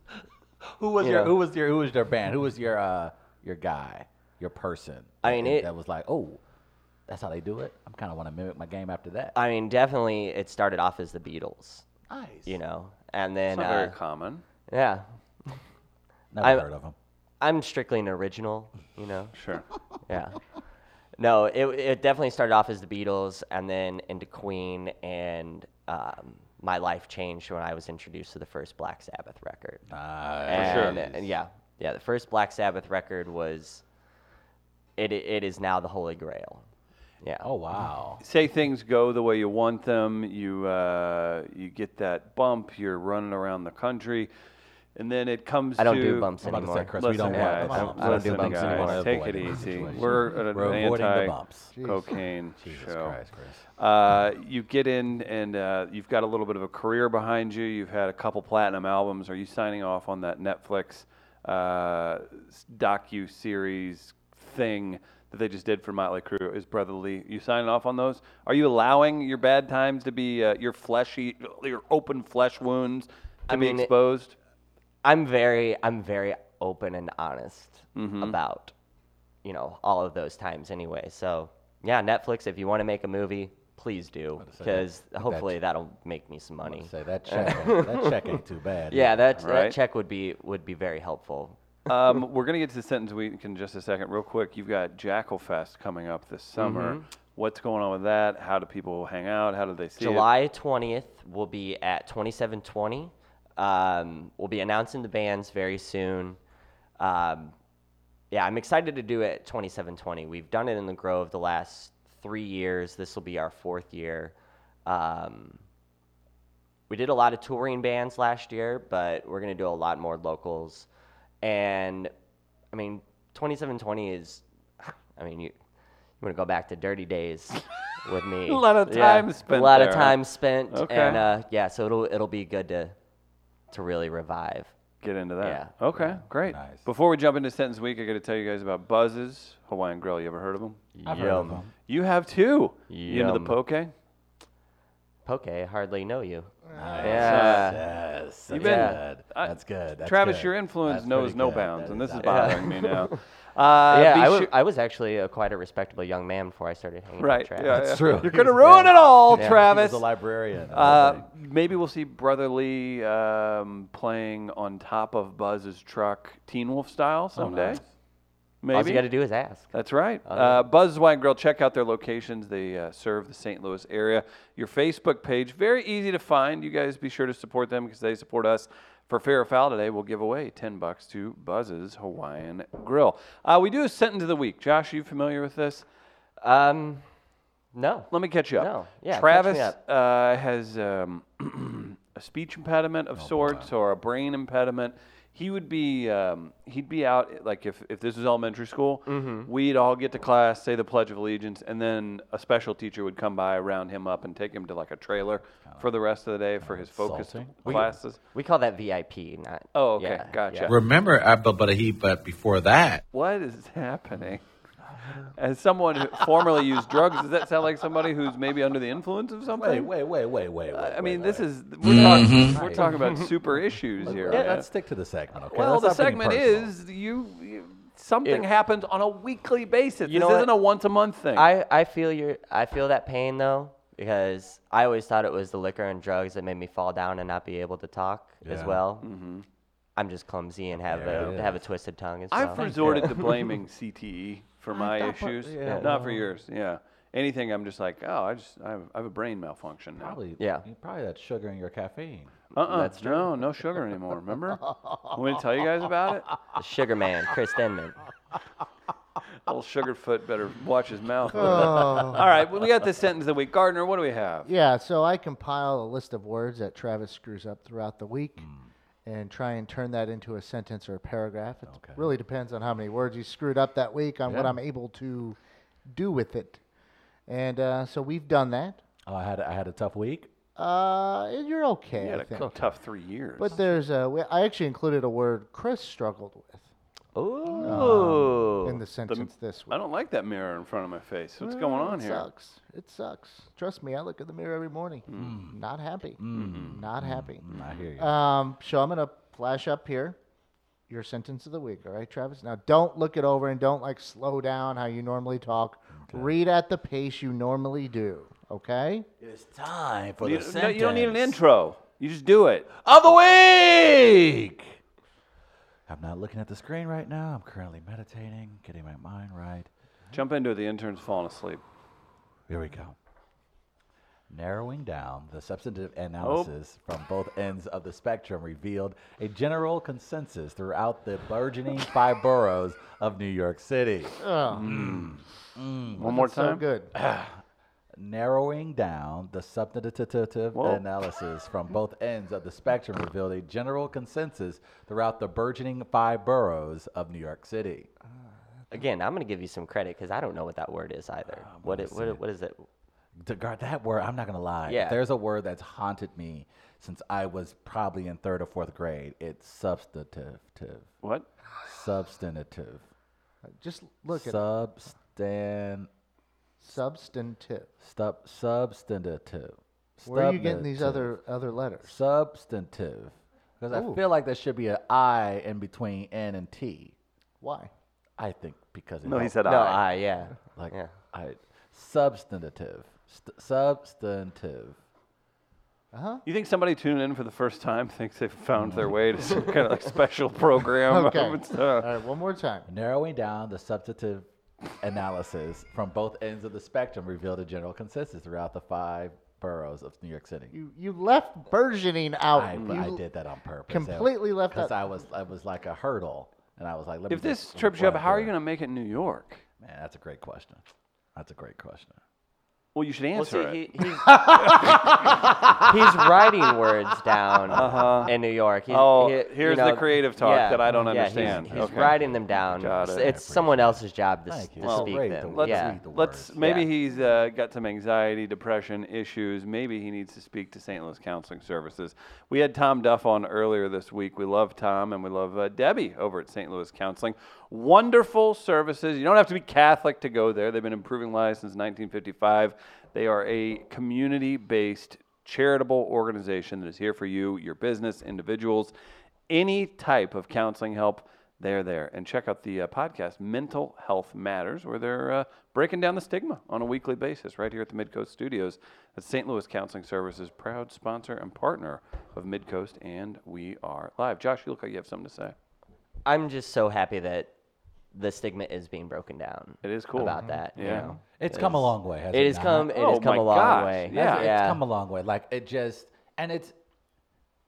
[SPEAKER 3] Who was
[SPEAKER 2] Yeah.
[SPEAKER 3] your Who was your Who was your band? Who was your uh, your guy? Your person?
[SPEAKER 2] I
[SPEAKER 3] that
[SPEAKER 2] mean,
[SPEAKER 3] they-
[SPEAKER 2] it-
[SPEAKER 3] that was like, oh, that's how they do it. I'm kind of want to mimic my game after that.
[SPEAKER 2] I mean, definitely it started off as the Beatles,
[SPEAKER 3] nice.
[SPEAKER 2] you know, and
[SPEAKER 1] It's
[SPEAKER 2] then
[SPEAKER 1] not very
[SPEAKER 2] uh,
[SPEAKER 1] common.
[SPEAKER 2] yeah,
[SPEAKER 3] Never
[SPEAKER 2] I-
[SPEAKER 3] heard of him.
[SPEAKER 2] I'm strictly an original, you know.
[SPEAKER 1] Sure.
[SPEAKER 2] yeah. No, it it definitely started off as the Beatles, and then into Queen, and um, my life changed when I was introduced to the first Black Sabbath record.
[SPEAKER 3] Nice.
[SPEAKER 1] sure.
[SPEAKER 2] and, uh, and yeah, yeah, the first Black Sabbath record was. It it is now the holy grail. Yeah.
[SPEAKER 3] Oh wow.
[SPEAKER 1] say things go the way you want them. You uh, you get that bump. You're running around the country, and then it comes.
[SPEAKER 2] I don't
[SPEAKER 1] to,
[SPEAKER 2] do bumps
[SPEAKER 3] I'm about to
[SPEAKER 2] anymore.
[SPEAKER 3] say, Chris, we
[SPEAKER 1] Listen,
[SPEAKER 3] don't
[SPEAKER 1] guys,
[SPEAKER 3] want the
[SPEAKER 2] I
[SPEAKER 3] bumps.
[SPEAKER 2] don't- I don't do
[SPEAKER 1] listen,
[SPEAKER 2] bumps
[SPEAKER 1] guys,
[SPEAKER 2] anymore.
[SPEAKER 1] Take it
[SPEAKER 3] Avoiding the
[SPEAKER 1] easy.
[SPEAKER 3] situation.
[SPEAKER 1] We're an
[SPEAKER 3] We're avoiding the bumps.
[SPEAKER 1] anti-cocaine
[SPEAKER 3] Jesus
[SPEAKER 1] show.
[SPEAKER 3] Christ, Chris.
[SPEAKER 1] Uh, you get in, and uh, you've got a little bit of a career behind you. You've had a couple platinum albums. Are you signing off on that Netflix uh, docu series thing that they just did for Motley Crue? Is Brotherly? You signing off on those? Are you allowing your bad times to be uh, your fleshy, your open flesh wounds to
[SPEAKER 2] I
[SPEAKER 1] be
[SPEAKER 2] mean, it-
[SPEAKER 1] exposed?
[SPEAKER 2] I'm very I'm very open and honest
[SPEAKER 3] Mm-hmm.
[SPEAKER 2] about you know all of those times anyway. So yeah, Netflix, if you want to make a movie, please do
[SPEAKER 3] say that-
[SPEAKER 2] because hopefully that'll make me some money.
[SPEAKER 3] Say that check. ain't- that check ain't too bad.
[SPEAKER 2] Yeah,
[SPEAKER 1] Right.
[SPEAKER 2] that, that check would be would be very helpful.
[SPEAKER 1] um, we're going to get to the sentence week in just a second. Real quick, you've got Jackal Fest coming up this summer. What's going on with that? How do people hang out? How do they see it?
[SPEAKER 2] July 20th will be at 2720. Um, we'll be announcing the bands very soon. Um, yeah, I'm excited to do it at 2720. We've done it in the Grove the last three years. This will be our fourth year. Um, we did a lot of touring bands last year, but we're going to do a lot more locals. And I mean, 2720 is, I mean, you, you want to go back to dirty days with me.
[SPEAKER 1] A lot of
[SPEAKER 2] Yeah,
[SPEAKER 1] time spent
[SPEAKER 2] A lot
[SPEAKER 1] there,
[SPEAKER 2] of
[SPEAKER 1] huh?
[SPEAKER 2] time spent.
[SPEAKER 1] Okay.
[SPEAKER 2] And uh, yeah, so it'll, it'll be good to, to really revive.
[SPEAKER 1] get into that.
[SPEAKER 2] Yeah.
[SPEAKER 1] Okay, great.
[SPEAKER 3] Nice.
[SPEAKER 1] Before we jump into sentence week, I got to tell you guys about Buzzes Hawaiian Grill. You ever heard of them?
[SPEAKER 3] I've heard of
[SPEAKER 2] Yum.
[SPEAKER 3] him.
[SPEAKER 1] You have too. You into the
[SPEAKER 2] Yum.
[SPEAKER 1] poke?
[SPEAKER 2] Poke, I hardly know you.
[SPEAKER 3] Nice.
[SPEAKER 2] Yeah.
[SPEAKER 3] Yes. Yes.
[SPEAKER 1] You've
[SPEAKER 3] That's
[SPEAKER 1] been-
[SPEAKER 3] good.
[SPEAKER 1] I-
[SPEAKER 3] that's good. That's
[SPEAKER 1] Travis,
[SPEAKER 3] good.
[SPEAKER 1] your influence
[SPEAKER 3] That's
[SPEAKER 1] knows
[SPEAKER 3] pretty
[SPEAKER 1] no
[SPEAKER 3] good.
[SPEAKER 1] bounds,
[SPEAKER 3] That
[SPEAKER 1] and this is
[SPEAKER 3] not bad.
[SPEAKER 1] bothering me now. Uh,
[SPEAKER 2] yeah,
[SPEAKER 1] be
[SPEAKER 2] I, wa-
[SPEAKER 1] sure-
[SPEAKER 2] I was actually a, quite a respectable young man before I started hanging
[SPEAKER 1] right.
[SPEAKER 2] with Travis.
[SPEAKER 1] yeah, yeah.
[SPEAKER 3] That's true.
[SPEAKER 1] You're gonna ruin it all,
[SPEAKER 2] Yeah. He was
[SPEAKER 3] He
[SPEAKER 1] Travis.
[SPEAKER 3] was a librarian.
[SPEAKER 1] Uh, maybe we'll see Brother Lee um, playing on top of Buzz's truck, Teen Wolf style, someday.
[SPEAKER 3] nice.
[SPEAKER 1] Maybe.
[SPEAKER 2] All you got to do is ask.
[SPEAKER 1] That's right. Uh, Buzz Wine Grill. Check out their locations. They uh, serve the St. Louis area. Your Facebook page, very easy to find. You guys be sure to support them because they support us. For fair or foul today, we'll give away ten bucks to Buzz's Hawaiian Grill. Uh, we do a sentence of the week. Josh, are you familiar with this?
[SPEAKER 2] Um, no.
[SPEAKER 1] Let me catch you up.
[SPEAKER 2] No. Yeah, catch me
[SPEAKER 1] Travis
[SPEAKER 2] up.
[SPEAKER 1] Uh, has um, a speech impediment
[SPEAKER 2] Oh,
[SPEAKER 1] of sorts or a brain impediment. He would be um, he'd be out like if, if this was elementary school,
[SPEAKER 2] Mm-hmm.
[SPEAKER 1] we'd all get to class, say the Pledge of Allegiance, and then a special teacher would come by, round him up, and take him to like a trailer for the rest of the day for his focused
[SPEAKER 3] insulting.
[SPEAKER 1] classes.
[SPEAKER 2] We call that VIP, not.
[SPEAKER 1] Oh, okay,
[SPEAKER 2] yeah,
[SPEAKER 1] gotcha.
[SPEAKER 2] yeah.
[SPEAKER 5] Remember Abba Badahi, but before that.
[SPEAKER 1] What is happening? As someone who formerly used drugs, does that sound like somebody who's maybe under the influence of something?
[SPEAKER 3] wait, wait, wait, wait, wait.
[SPEAKER 1] I
[SPEAKER 3] wait,
[SPEAKER 1] mean,
[SPEAKER 3] wait,
[SPEAKER 1] this
[SPEAKER 3] wait.
[SPEAKER 1] is we're, talking, we're talking about super issues here.
[SPEAKER 3] Yeah,
[SPEAKER 1] man.
[SPEAKER 3] let's stick to the segment. Okay.
[SPEAKER 1] well,
[SPEAKER 3] Let's
[SPEAKER 1] the
[SPEAKER 3] not bring it
[SPEAKER 1] segment
[SPEAKER 3] personal.
[SPEAKER 1] is you, you something
[SPEAKER 2] It-
[SPEAKER 1] happens on a weekly basis. this
[SPEAKER 2] You know what?
[SPEAKER 1] isn't a once a month thing.
[SPEAKER 2] I, I feel your I feel that pain though because I always thought it was the liquor and drugs that made me fall down and not be able to talk as
[SPEAKER 3] Yeah.
[SPEAKER 2] well. Mm-hmm. I'm just clumsy and have
[SPEAKER 3] There
[SPEAKER 2] a
[SPEAKER 3] it
[SPEAKER 2] have a twisted tongue as well.
[SPEAKER 1] I've resorted to blaming CTE for my issues,
[SPEAKER 3] yeah,
[SPEAKER 1] not for yours. Yeah, anything. I'm just like, oh, I just I have, I have a brain malfunction now.
[SPEAKER 3] Probably,
[SPEAKER 2] Yeah.
[SPEAKER 3] you- Probably that sugar in your caffeine.
[SPEAKER 1] uh-uh, no, no sugar anymore. Remember? Want me to tell you guys about it?
[SPEAKER 2] The Sugar Man, Chris Denman.
[SPEAKER 1] Old Sugarfoot better watch his mouth.
[SPEAKER 4] Oh.
[SPEAKER 1] All right, well, we got this sentence of the week. Gardner, what do we have?
[SPEAKER 4] Yeah, so I compile a list of words that Travis screws up throughout the week
[SPEAKER 1] Hmm.
[SPEAKER 4] and try and turn that into a sentence or a paragraph. It
[SPEAKER 3] Okay.
[SPEAKER 4] really depends on how many words you screwed up that week on what
[SPEAKER 3] Yeah.
[SPEAKER 4] I'm able to do with it. And uh, so we've done that.
[SPEAKER 3] Oh, I had a- I had a tough week.
[SPEAKER 4] Uh, and you're okay,
[SPEAKER 1] You had
[SPEAKER 4] I
[SPEAKER 1] a
[SPEAKER 4] think.
[SPEAKER 1] tough three years.
[SPEAKER 4] But there's a, we- I actually included a word Chris struggled with um,
[SPEAKER 2] Ooh.
[SPEAKER 4] in the sentence this week.
[SPEAKER 1] Oh. I don't like that mirror in front of my face. What's going on
[SPEAKER 4] it
[SPEAKER 1] here?
[SPEAKER 4] Mm, sucks. It sucks. Trust me, I look in the mirror every morning.
[SPEAKER 1] Hmm.
[SPEAKER 4] Not happy. Not happy.
[SPEAKER 3] I hear you.
[SPEAKER 4] Um, so I'm gonna flash up here your sentence of the week. All right, Travis. Now don't look it over and don't like slow down how you normally talk. Read at the pace you normally do. Okay.
[SPEAKER 3] It's time for
[SPEAKER 1] You,
[SPEAKER 3] the
[SPEAKER 1] no,
[SPEAKER 3] sentence.
[SPEAKER 1] you don't need an intro. You just do it.
[SPEAKER 3] of the week. I'm not looking at the screen right now. I'm currently meditating, getting my mind right.
[SPEAKER 1] Jump into it. The intern's falling asleep.
[SPEAKER 3] Here we go. Narrowing down the substantive analysis
[SPEAKER 1] Oh.
[SPEAKER 3] from both ends of the spectrum revealed a general consensus throughout the burgeoning five boroughs of New York City.
[SPEAKER 1] One more
[SPEAKER 4] Mm, So
[SPEAKER 1] time.
[SPEAKER 4] good.
[SPEAKER 3] narrowing down the substantive
[SPEAKER 1] Whoa.
[SPEAKER 3] analysis from both ends of the spectrum revealed a general consensus throughout the burgeoning five boroughs of New York City.
[SPEAKER 2] Again, I'm gonna give you some credit because I don't know what that word is either. What it, what it, what is it?
[SPEAKER 3] To guard that word, I'm not gonna lie. If
[SPEAKER 2] Yeah.
[SPEAKER 3] There's a word that's haunted me since I was probably in third or fourth grade. It's substantive.
[SPEAKER 1] What?
[SPEAKER 3] Substantive.
[SPEAKER 4] Just look at
[SPEAKER 3] Substan
[SPEAKER 4] substantive.
[SPEAKER 3] sub substantive.
[SPEAKER 4] Where are you getting these
[SPEAKER 3] Subnative.
[SPEAKER 4] other other letters?
[SPEAKER 3] substantive because
[SPEAKER 4] Ooh.
[SPEAKER 3] I feel like there should be an I in between N and T.
[SPEAKER 4] Why?
[SPEAKER 3] I think because it
[SPEAKER 1] No, he
[SPEAKER 3] helps.
[SPEAKER 1] said uh,
[SPEAKER 2] No,
[SPEAKER 1] I.
[SPEAKER 2] I yeah.
[SPEAKER 3] like
[SPEAKER 2] yeah.
[SPEAKER 3] I substantive st- substantive.
[SPEAKER 1] You think somebody tuning in for the first time thinks they've found their way to some kind of like special program?
[SPEAKER 4] Okay.
[SPEAKER 1] It's, uh,
[SPEAKER 4] All right, one more time.
[SPEAKER 3] Narrowing down the substantive analysis from both ends of the spectrum revealed a general consensus throughout the five boroughs of New York City.
[SPEAKER 4] You you left burgeoning out.
[SPEAKER 3] I,
[SPEAKER 4] You-
[SPEAKER 3] I did that on purpose.
[SPEAKER 4] completely left
[SPEAKER 3] because
[SPEAKER 4] out-
[SPEAKER 3] I was I was like a hurdle, and I was like, Let
[SPEAKER 1] if
[SPEAKER 3] me
[SPEAKER 1] this
[SPEAKER 3] just
[SPEAKER 1] trips you up,
[SPEAKER 3] run
[SPEAKER 1] how are you
[SPEAKER 3] through
[SPEAKER 1] going to make it in New York?
[SPEAKER 3] it." Man, that's a great question. That's a great question.
[SPEAKER 1] Well, you should
[SPEAKER 2] Well,
[SPEAKER 1] answer
[SPEAKER 2] see,
[SPEAKER 1] it.
[SPEAKER 2] he, he's, he's writing words down
[SPEAKER 4] Uh-huh.
[SPEAKER 2] in New York. He-
[SPEAKER 1] Oh,
[SPEAKER 2] he-
[SPEAKER 1] here's the creative talk that I don't
[SPEAKER 2] yeah, he's-
[SPEAKER 1] understand.
[SPEAKER 2] He's,
[SPEAKER 1] Okay.
[SPEAKER 2] writing them down.
[SPEAKER 1] Got
[SPEAKER 2] It's-
[SPEAKER 1] it.
[SPEAKER 2] It's someone else's job to, s-
[SPEAKER 3] Thank you.
[SPEAKER 2] to
[SPEAKER 3] Well,
[SPEAKER 2] speak
[SPEAKER 3] great.
[SPEAKER 2] them.
[SPEAKER 1] Let's,
[SPEAKER 2] yeah.
[SPEAKER 3] read the
[SPEAKER 1] let's
[SPEAKER 3] words.
[SPEAKER 1] maybe
[SPEAKER 2] Yeah.
[SPEAKER 1] he's uh, got some anxiety, depression issues. Maybe he needs to speak to St. Louis Counseling Services. We had Tom Duff on earlier this week. We love Tom and we love uh, Debbie over at St. Louis Counseling. Wonderful services. You don't have to be Catholic to go there. They've been improving lives since 1955. They are a community-based charitable organization that is here for you, your business, individuals, any type of counseling help. They're there. And check out the uh, podcast, Mental Health Matters, where they're uh, breaking down the stigma on a weekly basis right here at the Midcoast Studios. That's St. Louis Counseling Services, proud sponsor and partner of Midcoast, and we are live. Josh, you look like you have something to say.
[SPEAKER 2] I'm just so happy that the stigma is being broken down.
[SPEAKER 1] It is cool.
[SPEAKER 4] Mm-hmm.
[SPEAKER 2] about that. you
[SPEAKER 1] Yeah.
[SPEAKER 2] know.
[SPEAKER 3] It's come a long way. Hasn't
[SPEAKER 2] It has
[SPEAKER 3] not?
[SPEAKER 2] come. It
[SPEAKER 1] Oh
[SPEAKER 2] has come
[SPEAKER 1] my
[SPEAKER 2] a long
[SPEAKER 1] gosh,
[SPEAKER 2] way.
[SPEAKER 1] yeah.
[SPEAKER 3] It's come a long way. Like it just, and it's.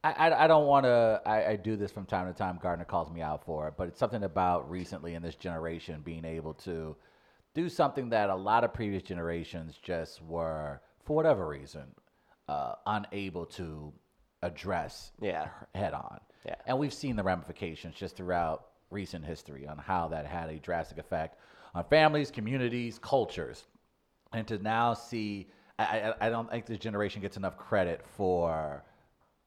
[SPEAKER 3] I, I, I don't want to. I, I do this from time to time. Gardner calls me out for it, but it's something about recently in this generation being able to do something that a lot of previous generations just were, for whatever reason, uh, unable to address
[SPEAKER 2] Yeah.
[SPEAKER 3] head on.
[SPEAKER 2] Yeah.
[SPEAKER 3] And we've seen the ramifications just throughout recent history on how that had a drastic effect on families, communities, cultures. And to now see, I, I, I don't think this generation gets enough credit for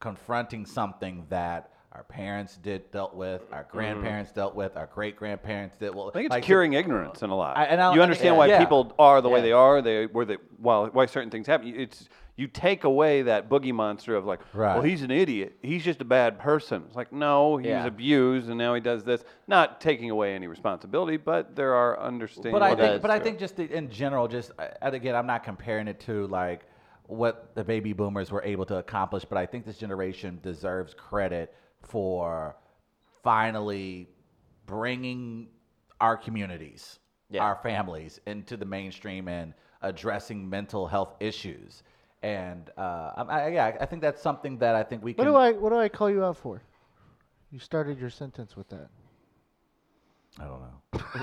[SPEAKER 3] confronting something that our parents did dealt with, our grandparents dealt with, our great grandparents did. Well,
[SPEAKER 1] Mm-hmm. I think it's curing ignorance in a lot.
[SPEAKER 3] uh, I- and I'll-
[SPEAKER 1] you understand
[SPEAKER 3] yeah.
[SPEAKER 1] why
[SPEAKER 3] Yeah.
[SPEAKER 1] people are the way
[SPEAKER 3] Yeah.
[SPEAKER 1] they are. They where they while why certain things happen. You- It's you take away that boogie monster of like, well,
[SPEAKER 3] Right.
[SPEAKER 1] he's an idiot. He's just a bad person. It's like, no, he was
[SPEAKER 2] Yeah.
[SPEAKER 1] abused, and now he does this. Not taking away any responsibility, but there are understanding.
[SPEAKER 3] But I
[SPEAKER 2] that's
[SPEAKER 3] think, but I think just the, in general, just I- and again, I'm not comparing it to like what the baby boomers were able to accomplish, but I think this generation deserves credit for finally bringing our communities,
[SPEAKER 2] Yeah.
[SPEAKER 3] our families into the mainstream and addressing mental health issues. And uh, I'm- I, yeah, I think that's something that I think we
[SPEAKER 4] What
[SPEAKER 3] can.
[SPEAKER 4] do I what do I call you out for? You started your sentence with that.
[SPEAKER 3] I don't know.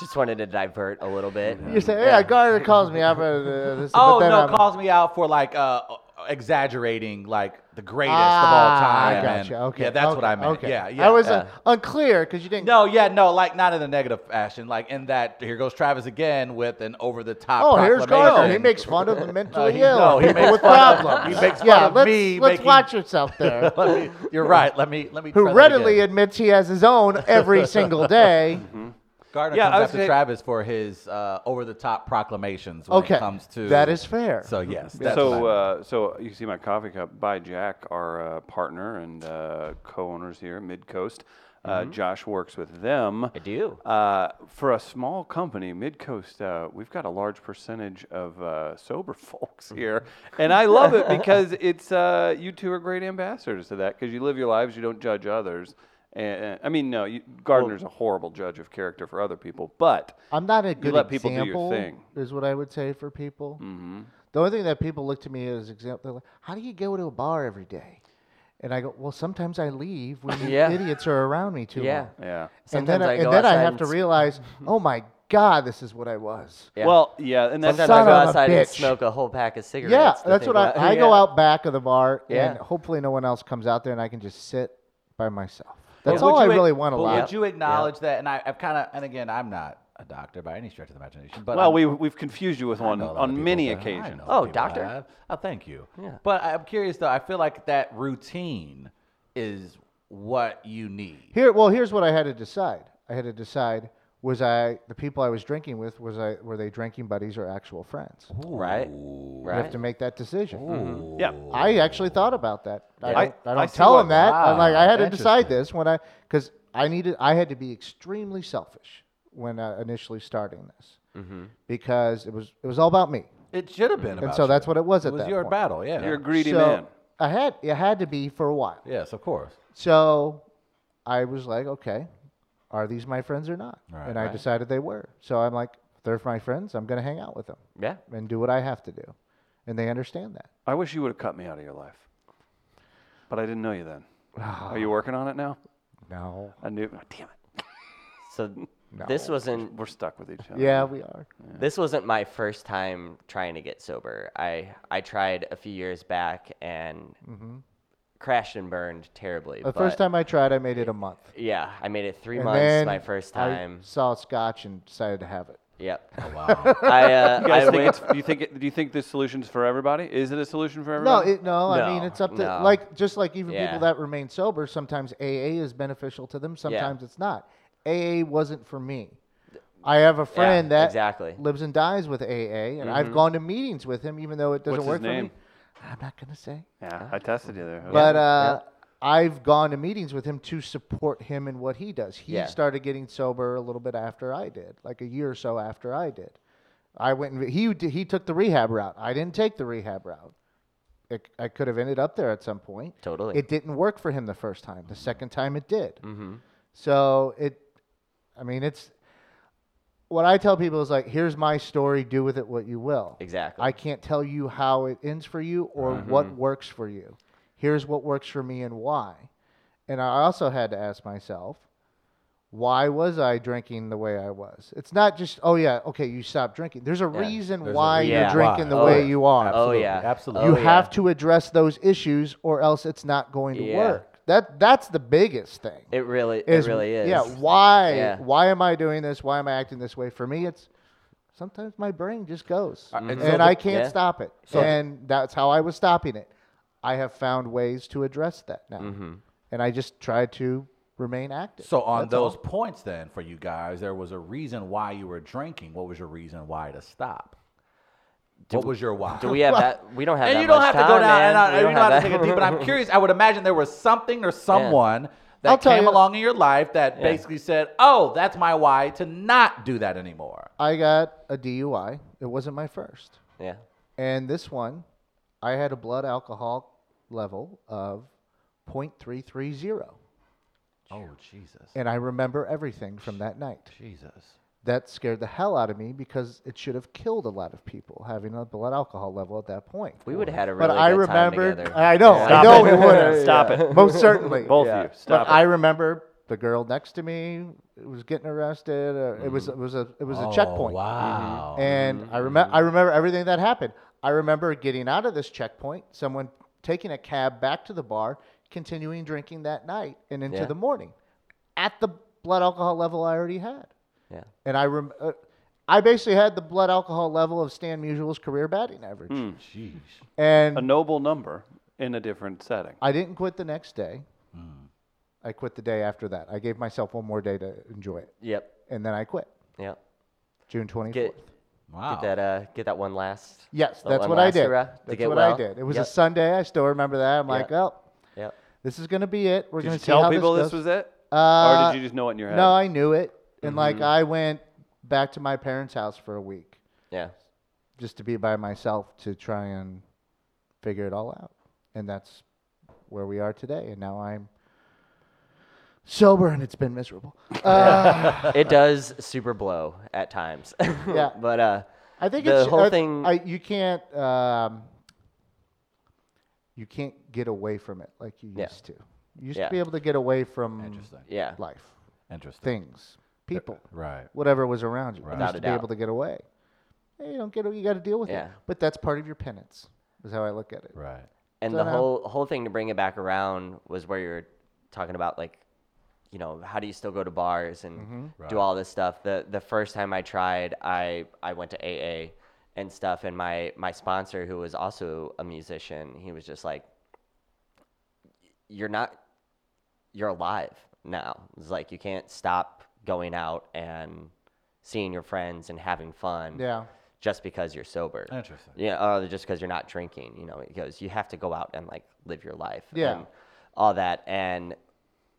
[SPEAKER 2] Just wanted to divert a little bit.
[SPEAKER 4] You say, yeah, Gardner calls me out for the- this.
[SPEAKER 3] Um, Oh
[SPEAKER 4] but then
[SPEAKER 3] no,
[SPEAKER 4] I'm-
[SPEAKER 3] calls me out for like uh, exaggerating like the greatest of all
[SPEAKER 4] Ah,
[SPEAKER 3] time.
[SPEAKER 4] I
[SPEAKER 3] and-
[SPEAKER 4] gotcha. Okay.
[SPEAKER 3] yeah, that's what
[SPEAKER 4] okay,
[SPEAKER 3] I meant.
[SPEAKER 4] Okay.
[SPEAKER 3] Yeah, yeah.
[SPEAKER 4] I was
[SPEAKER 3] yeah.
[SPEAKER 4] uh, unclear because you didn't.
[SPEAKER 3] no, yeah, no, like not in a negative fashion. Like in that, here goes Travis again with an over the top.
[SPEAKER 4] Oh, here's Gardner. He
[SPEAKER 3] proclamation. Uh,
[SPEAKER 4] makes fun of the mentally
[SPEAKER 3] he-
[SPEAKER 4] ill
[SPEAKER 3] no, he
[SPEAKER 4] people
[SPEAKER 3] makes
[SPEAKER 4] with
[SPEAKER 3] fun of-
[SPEAKER 4] problems.
[SPEAKER 3] he makes fun
[SPEAKER 4] yeah,
[SPEAKER 3] of
[SPEAKER 4] let's,
[SPEAKER 3] me
[SPEAKER 4] Let's
[SPEAKER 3] making-
[SPEAKER 4] watch yourself there.
[SPEAKER 3] Let me- you're right. Let me let me.
[SPEAKER 4] Who
[SPEAKER 3] try that
[SPEAKER 4] readily
[SPEAKER 3] again.
[SPEAKER 4] admits he has his own every single day.
[SPEAKER 3] Mm-hmm. Gardner
[SPEAKER 1] Yeah, I
[SPEAKER 3] comes
[SPEAKER 1] was
[SPEAKER 3] after
[SPEAKER 1] gonna-
[SPEAKER 3] Travis for his uh, over the top proclamations when
[SPEAKER 4] Okay,
[SPEAKER 3] it comes to
[SPEAKER 4] that is fair.
[SPEAKER 3] So yes, that's what I
[SPEAKER 1] so,
[SPEAKER 3] meant.
[SPEAKER 1] uh, so you can see my coffee cup by Jack, our uh, partner and uh, co-owners here, at Midcoast. Uh, Josh works with them.
[SPEAKER 2] Mm-hmm. I do.
[SPEAKER 1] Uh, for a small company, Midcoast, uh, we've got a large percentage of uh, sober
[SPEAKER 2] Mm-hmm.
[SPEAKER 1] folks here, and I love it because it's uh, you two are great ambassadors to that because you live your lives, you don't judge others. And I mean, no, you, Gardner's a horrible judge of character for other people, but
[SPEAKER 4] I'm not a good
[SPEAKER 1] let people do your
[SPEAKER 4] example.
[SPEAKER 1] thing.
[SPEAKER 4] Is what I would say for people. Mm-hmm. The only thing that people look to me as example, they're like, "How do you go to a bar every day?" And I go, "Well, sometimes I leave when you
[SPEAKER 2] Yeah.
[SPEAKER 4] idiots are around me too
[SPEAKER 2] Yeah.
[SPEAKER 4] long."
[SPEAKER 1] yeah.
[SPEAKER 2] Sometimes
[SPEAKER 4] and then,
[SPEAKER 2] I go
[SPEAKER 4] and then I
[SPEAKER 2] outside
[SPEAKER 4] have
[SPEAKER 2] and
[SPEAKER 4] to
[SPEAKER 2] sm-
[SPEAKER 4] realize, "Oh my God, this is what I was."
[SPEAKER 2] Yeah.
[SPEAKER 1] Well, yeah, and that's
[SPEAKER 2] Sometimes
[SPEAKER 4] Son
[SPEAKER 2] I go
[SPEAKER 4] of a
[SPEAKER 2] outside and
[SPEAKER 4] bitch.
[SPEAKER 2] smoke a whole pack of cigarettes.
[SPEAKER 4] Yeah,
[SPEAKER 2] to
[SPEAKER 4] that's
[SPEAKER 2] think
[SPEAKER 4] what I,
[SPEAKER 2] about-
[SPEAKER 4] I go
[SPEAKER 2] Yeah.
[SPEAKER 4] out back of the bar,
[SPEAKER 2] Yeah.
[SPEAKER 4] and hopefully no one else comes out there, and I can just sit by myself. That's
[SPEAKER 3] But
[SPEAKER 4] all
[SPEAKER 3] would
[SPEAKER 4] I
[SPEAKER 3] you ac-
[SPEAKER 4] really want to
[SPEAKER 3] but
[SPEAKER 4] live.
[SPEAKER 3] Would you acknowledge that? And I, I've kind of, and again, I'm not a doctor by any stretch of the imagination. But
[SPEAKER 1] Well,
[SPEAKER 3] I'm-
[SPEAKER 1] we we've confused you with
[SPEAKER 3] I
[SPEAKER 1] one
[SPEAKER 3] know a lot of
[SPEAKER 1] on
[SPEAKER 3] people
[SPEAKER 1] many
[SPEAKER 3] that- I
[SPEAKER 1] occasions.
[SPEAKER 3] know
[SPEAKER 2] Oh,
[SPEAKER 3] people
[SPEAKER 2] doctor.
[SPEAKER 3] have. Oh, thank you.
[SPEAKER 2] Yeah.
[SPEAKER 3] But I'm curious though. I feel like that routine is what you need.
[SPEAKER 4] Here, well, here's what I had to decide. I had to decide was I the people I was drinking with was I were they drinking buddies or actual friends?
[SPEAKER 2] Right.
[SPEAKER 4] I have
[SPEAKER 2] Right.
[SPEAKER 4] to make that decision.
[SPEAKER 1] Yeah,
[SPEAKER 4] I actually thought about that. I
[SPEAKER 1] I-
[SPEAKER 4] don't, I,
[SPEAKER 1] I
[SPEAKER 4] don't
[SPEAKER 1] see
[SPEAKER 4] tell
[SPEAKER 1] why-
[SPEAKER 4] them that.
[SPEAKER 3] Wow,
[SPEAKER 4] I'm like I had to decide
[SPEAKER 3] interesting.
[SPEAKER 4] this when I because I needed I had to be extremely selfish when uh, initially starting this
[SPEAKER 3] Mm-hmm.
[SPEAKER 4] because it was it was all about me.
[SPEAKER 3] It should have been.
[SPEAKER 4] And
[SPEAKER 3] about
[SPEAKER 4] so
[SPEAKER 3] you.
[SPEAKER 4] that's what it was
[SPEAKER 3] It
[SPEAKER 4] at
[SPEAKER 3] was
[SPEAKER 4] that
[SPEAKER 3] your
[SPEAKER 4] point.
[SPEAKER 3] battle. Yeah.
[SPEAKER 1] you're a greedy
[SPEAKER 4] So
[SPEAKER 1] man.
[SPEAKER 4] I had it had to be for a while.
[SPEAKER 3] yes, of course.
[SPEAKER 4] So I was like, okay, are these my friends or not?
[SPEAKER 3] Right.
[SPEAKER 4] and I decided they were. So I'm like, if they're my friends, I'm going to hang out with them
[SPEAKER 2] Yeah.
[SPEAKER 4] and do what I have to do. And they understand that.
[SPEAKER 1] I wish you would have cut me out of your life, but I didn't know you then. Are you working on it now?
[SPEAKER 4] No.
[SPEAKER 1] I knew. oh, damn it,
[SPEAKER 2] So this wasn't
[SPEAKER 1] we're stuck with each other.
[SPEAKER 4] Yeah, we are.
[SPEAKER 2] this wasn't my first time trying to get sober. I I tried a few years back and crashed and burned terribly.
[SPEAKER 4] Mm-hmm. The first
[SPEAKER 2] but
[SPEAKER 4] time I tried, I made it a month.
[SPEAKER 2] Yeah, I made it three
[SPEAKER 4] And
[SPEAKER 2] months
[SPEAKER 4] then
[SPEAKER 2] my first
[SPEAKER 4] I
[SPEAKER 2] time.
[SPEAKER 4] saw scotch and decided to have it.
[SPEAKER 2] Yep.
[SPEAKER 3] Oh, Wow.
[SPEAKER 2] I uh,
[SPEAKER 1] You guys
[SPEAKER 2] I
[SPEAKER 1] think
[SPEAKER 2] went,
[SPEAKER 1] it's, do you think it, do you think this solution's for everybody? Is it a solution for
[SPEAKER 4] No,
[SPEAKER 1] everybody?
[SPEAKER 4] it, no, I mean
[SPEAKER 2] No,
[SPEAKER 4] it's up to
[SPEAKER 2] no.
[SPEAKER 4] like just like even
[SPEAKER 2] Yeah.
[SPEAKER 4] people that remain sober. Sometimes AA is beneficial to them. Sometimes it's not. AA wasn't for me. I have a friend that
[SPEAKER 2] exactly. Mm-hmm.
[SPEAKER 4] lives and dies with AA, and I've gone to meetings with him, even though it doesn't
[SPEAKER 1] What's his
[SPEAKER 4] work for
[SPEAKER 1] name?
[SPEAKER 4] me. I'm not going to say.
[SPEAKER 1] Yeah, I tested you there.
[SPEAKER 4] But uh, I've gone to meetings with him to support him in what he does. He
[SPEAKER 2] Yeah.
[SPEAKER 4] started getting sober a little bit after I did, like a year or so after I did. I went and he d- he took the rehab route. I didn't take the rehab route. It, I could have ended up there at some point.
[SPEAKER 2] Totally. Mm-hmm.
[SPEAKER 4] It didn't work for him the first time. The second time it did. So it, I mean, it's what I tell people is like, here's my story. Do with it what you will.
[SPEAKER 2] Exactly. Mm-hmm.
[SPEAKER 4] I can't tell you how it ends for you or what works for you. Here's what works for me and why. And I also had to ask myself, why was I drinking the way I was? It's not just, oh yeah, okay, you stopped drinking. There's a reason
[SPEAKER 3] There's a
[SPEAKER 4] why
[SPEAKER 3] reason
[SPEAKER 4] you're
[SPEAKER 2] Yeah.
[SPEAKER 4] drinking the
[SPEAKER 2] why.
[SPEAKER 4] way
[SPEAKER 2] Oh,
[SPEAKER 4] you are.
[SPEAKER 2] Oh,
[SPEAKER 3] Absolutely,
[SPEAKER 2] yeah.
[SPEAKER 3] absolutely.
[SPEAKER 4] You
[SPEAKER 2] Oh,
[SPEAKER 4] have
[SPEAKER 2] yeah.
[SPEAKER 4] to address those issues or else it's not going to
[SPEAKER 2] Yeah.
[SPEAKER 4] work. That that's the biggest thing.
[SPEAKER 2] It really,
[SPEAKER 4] is-
[SPEAKER 2] it really is.
[SPEAKER 4] Yeah, why
[SPEAKER 2] Yeah.
[SPEAKER 4] why am I doing this? Why am I acting this way? For me it's sometimes my brain just goes
[SPEAKER 3] and
[SPEAKER 4] and,
[SPEAKER 3] so the-
[SPEAKER 4] I can't
[SPEAKER 2] Yeah.
[SPEAKER 4] stop it. and that's how I was stopping it. I have found ways to address that now. And I just try to remain active.
[SPEAKER 3] So on
[SPEAKER 4] That's all.
[SPEAKER 3] those points, then for you guys, there was a reason why you were drinking. What was your reason why to stop? what was your why?
[SPEAKER 2] Do we have that? We don't have.
[SPEAKER 3] and
[SPEAKER 2] that
[SPEAKER 3] you don't
[SPEAKER 2] much
[SPEAKER 3] have to go
[SPEAKER 2] time,
[SPEAKER 3] down
[SPEAKER 2] man.
[SPEAKER 3] and out,
[SPEAKER 2] We
[SPEAKER 3] you don't
[SPEAKER 2] have
[SPEAKER 3] have to
[SPEAKER 2] that-
[SPEAKER 3] take a deep. But I'm curious. I would imagine there was something or someone
[SPEAKER 4] I'll
[SPEAKER 3] that
[SPEAKER 4] tell
[SPEAKER 3] came
[SPEAKER 4] you-
[SPEAKER 3] along in your life that basically said, "Oh, that's my why to not do that anymore."
[SPEAKER 4] I got a DUI. It wasn't my first.
[SPEAKER 2] yeah.
[SPEAKER 4] And this one, I had a blood alcohol level of 0.330.
[SPEAKER 3] Oh Jesus,
[SPEAKER 4] And I remember everything from that night.
[SPEAKER 3] Jesus.
[SPEAKER 4] That scared the hell out of me because it should have killed a lot of people having a blood alcohol level at that point.
[SPEAKER 2] We would have had a really
[SPEAKER 4] but I
[SPEAKER 2] good time
[SPEAKER 4] remember.
[SPEAKER 2] together.
[SPEAKER 4] I know. I
[SPEAKER 1] Stop
[SPEAKER 4] know
[SPEAKER 1] it.
[SPEAKER 4] it, would have.
[SPEAKER 1] Stop it.
[SPEAKER 4] Most certainly.
[SPEAKER 1] Both of you, stop
[SPEAKER 4] but
[SPEAKER 1] it.
[SPEAKER 4] I remember the girl next to me was getting arrested. Uh, It was it was a it was
[SPEAKER 2] Oh,
[SPEAKER 3] Oh,
[SPEAKER 4] a checkpoint.
[SPEAKER 3] Wow.
[SPEAKER 4] And I remember I remember everything that happened. I remember getting out of this checkpoint, someone taking a cab back to the bar, continuing drinking that night and into
[SPEAKER 2] Yeah.
[SPEAKER 4] the morning, at the blood alcohol level I already had.
[SPEAKER 2] Yeah.
[SPEAKER 4] And I rem- uh, I basically had the blood alcohol level of Stan Musial's career batting average.
[SPEAKER 2] Hmm.
[SPEAKER 3] Jeez.
[SPEAKER 4] And
[SPEAKER 1] a noble number in a different setting.
[SPEAKER 4] I didn't quit the next day.
[SPEAKER 2] Hmm.
[SPEAKER 4] I quit the day after that. I gave myself one more day to enjoy it,
[SPEAKER 2] Yep.
[SPEAKER 4] and then I quit
[SPEAKER 2] Yep.
[SPEAKER 4] June twenty
[SPEAKER 2] Get
[SPEAKER 4] fourth.
[SPEAKER 3] Wow.
[SPEAKER 2] get that uh get that one last.
[SPEAKER 4] Yes,
[SPEAKER 2] that
[SPEAKER 4] that's
[SPEAKER 2] one
[SPEAKER 4] what I
[SPEAKER 2] last
[SPEAKER 4] did.
[SPEAKER 2] hurrah to
[SPEAKER 4] That's
[SPEAKER 2] get
[SPEAKER 4] what
[SPEAKER 2] well.
[SPEAKER 4] I did. It was
[SPEAKER 2] Yep.
[SPEAKER 4] a Sunday. I still remember that. I'm like,
[SPEAKER 2] Yeah.
[SPEAKER 4] oh,
[SPEAKER 2] Yep.
[SPEAKER 4] this is gonna be it. We're
[SPEAKER 1] Did
[SPEAKER 4] gonna
[SPEAKER 1] you
[SPEAKER 4] see
[SPEAKER 1] tell
[SPEAKER 4] how
[SPEAKER 1] people this,
[SPEAKER 4] this, goes.
[SPEAKER 1] was it? or
[SPEAKER 4] Uh,
[SPEAKER 1] did you just know it in your head? Mm-hmm.
[SPEAKER 4] No, I knew it, and like I went back to my parents' house for a week
[SPEAKER 2] Yeah.
[SPEAKER 4] just to be by myself to try and figure it all out, and that's where we are today. And now I'm sober, and it's been miserable.
[SPEAKER 2] it does super blow at times.
[SPEAKER 4] Yeah.
[SPEAKER 2] But uh,
[SPEAKER 4] I think
[SPEAKER 2] the
[SPEAKER 4] it's,
[SPEAKER 2] whole
[SPEAKER 4] I-
[SPEAKER 2] thing.
[SPEAKER 4] I, you can't. Um, you can't get away from it like you
[SPEAKER 2] Yeah.
[SPEAKER 4] used to. You used
[SPEAKER 2] Yeah.
[SPEAKER 4] to be able to get away from
[SPEAKER 3] Interesting.
[SPEAKER 2] yeah.
[SPEAKER 4] life,
[SPEAKER 3] Interesting.
[SPEAKER 4] things, people,
[SPEAKER 3] Right.
[SPEAKER 4] whatever was around you. You
[SPEAKER 2] Without
[SPEAKER 4] used to
[SPEAKER 2] a
[SPEAKER 4] be able
[SPEAKER 2] doubt.
[SPEAKER 4] to get away. Hey, You don't get. You got to deal with it.
[SPEAKER 2] Yeah.
[SPEAKER 4] But that's part of your penance. Is how I look at it.
[SPEAKER 3] Right.
[SPEAKER 2] and the
[SPEAKER 4] Don't know.
[SPEAKER 2] whole whole thing to bring it back around was where you're talking about like you know how do you still go to bars and
[SPEAKER 4] Mm-hmm.
[SPEAKER 2] do all this stuff the the first time i tried i i went to aa and stuff and my my sponsor who was also a musician he was just like you're not you're alive now it's like you can't stop going out and seeing your friends and having fun
[SPEAKER 4] Yeah.
[SPEAKER 2] just because you're sober
[SPEAKER 3] Interesting.
[SPEAKER 2] yeah, uh, just because you're not drinking, you know, it goes, you have to go out and like live your life.
[SPEAKER 4] Yeah.
[SPEAKER 2] And all that. And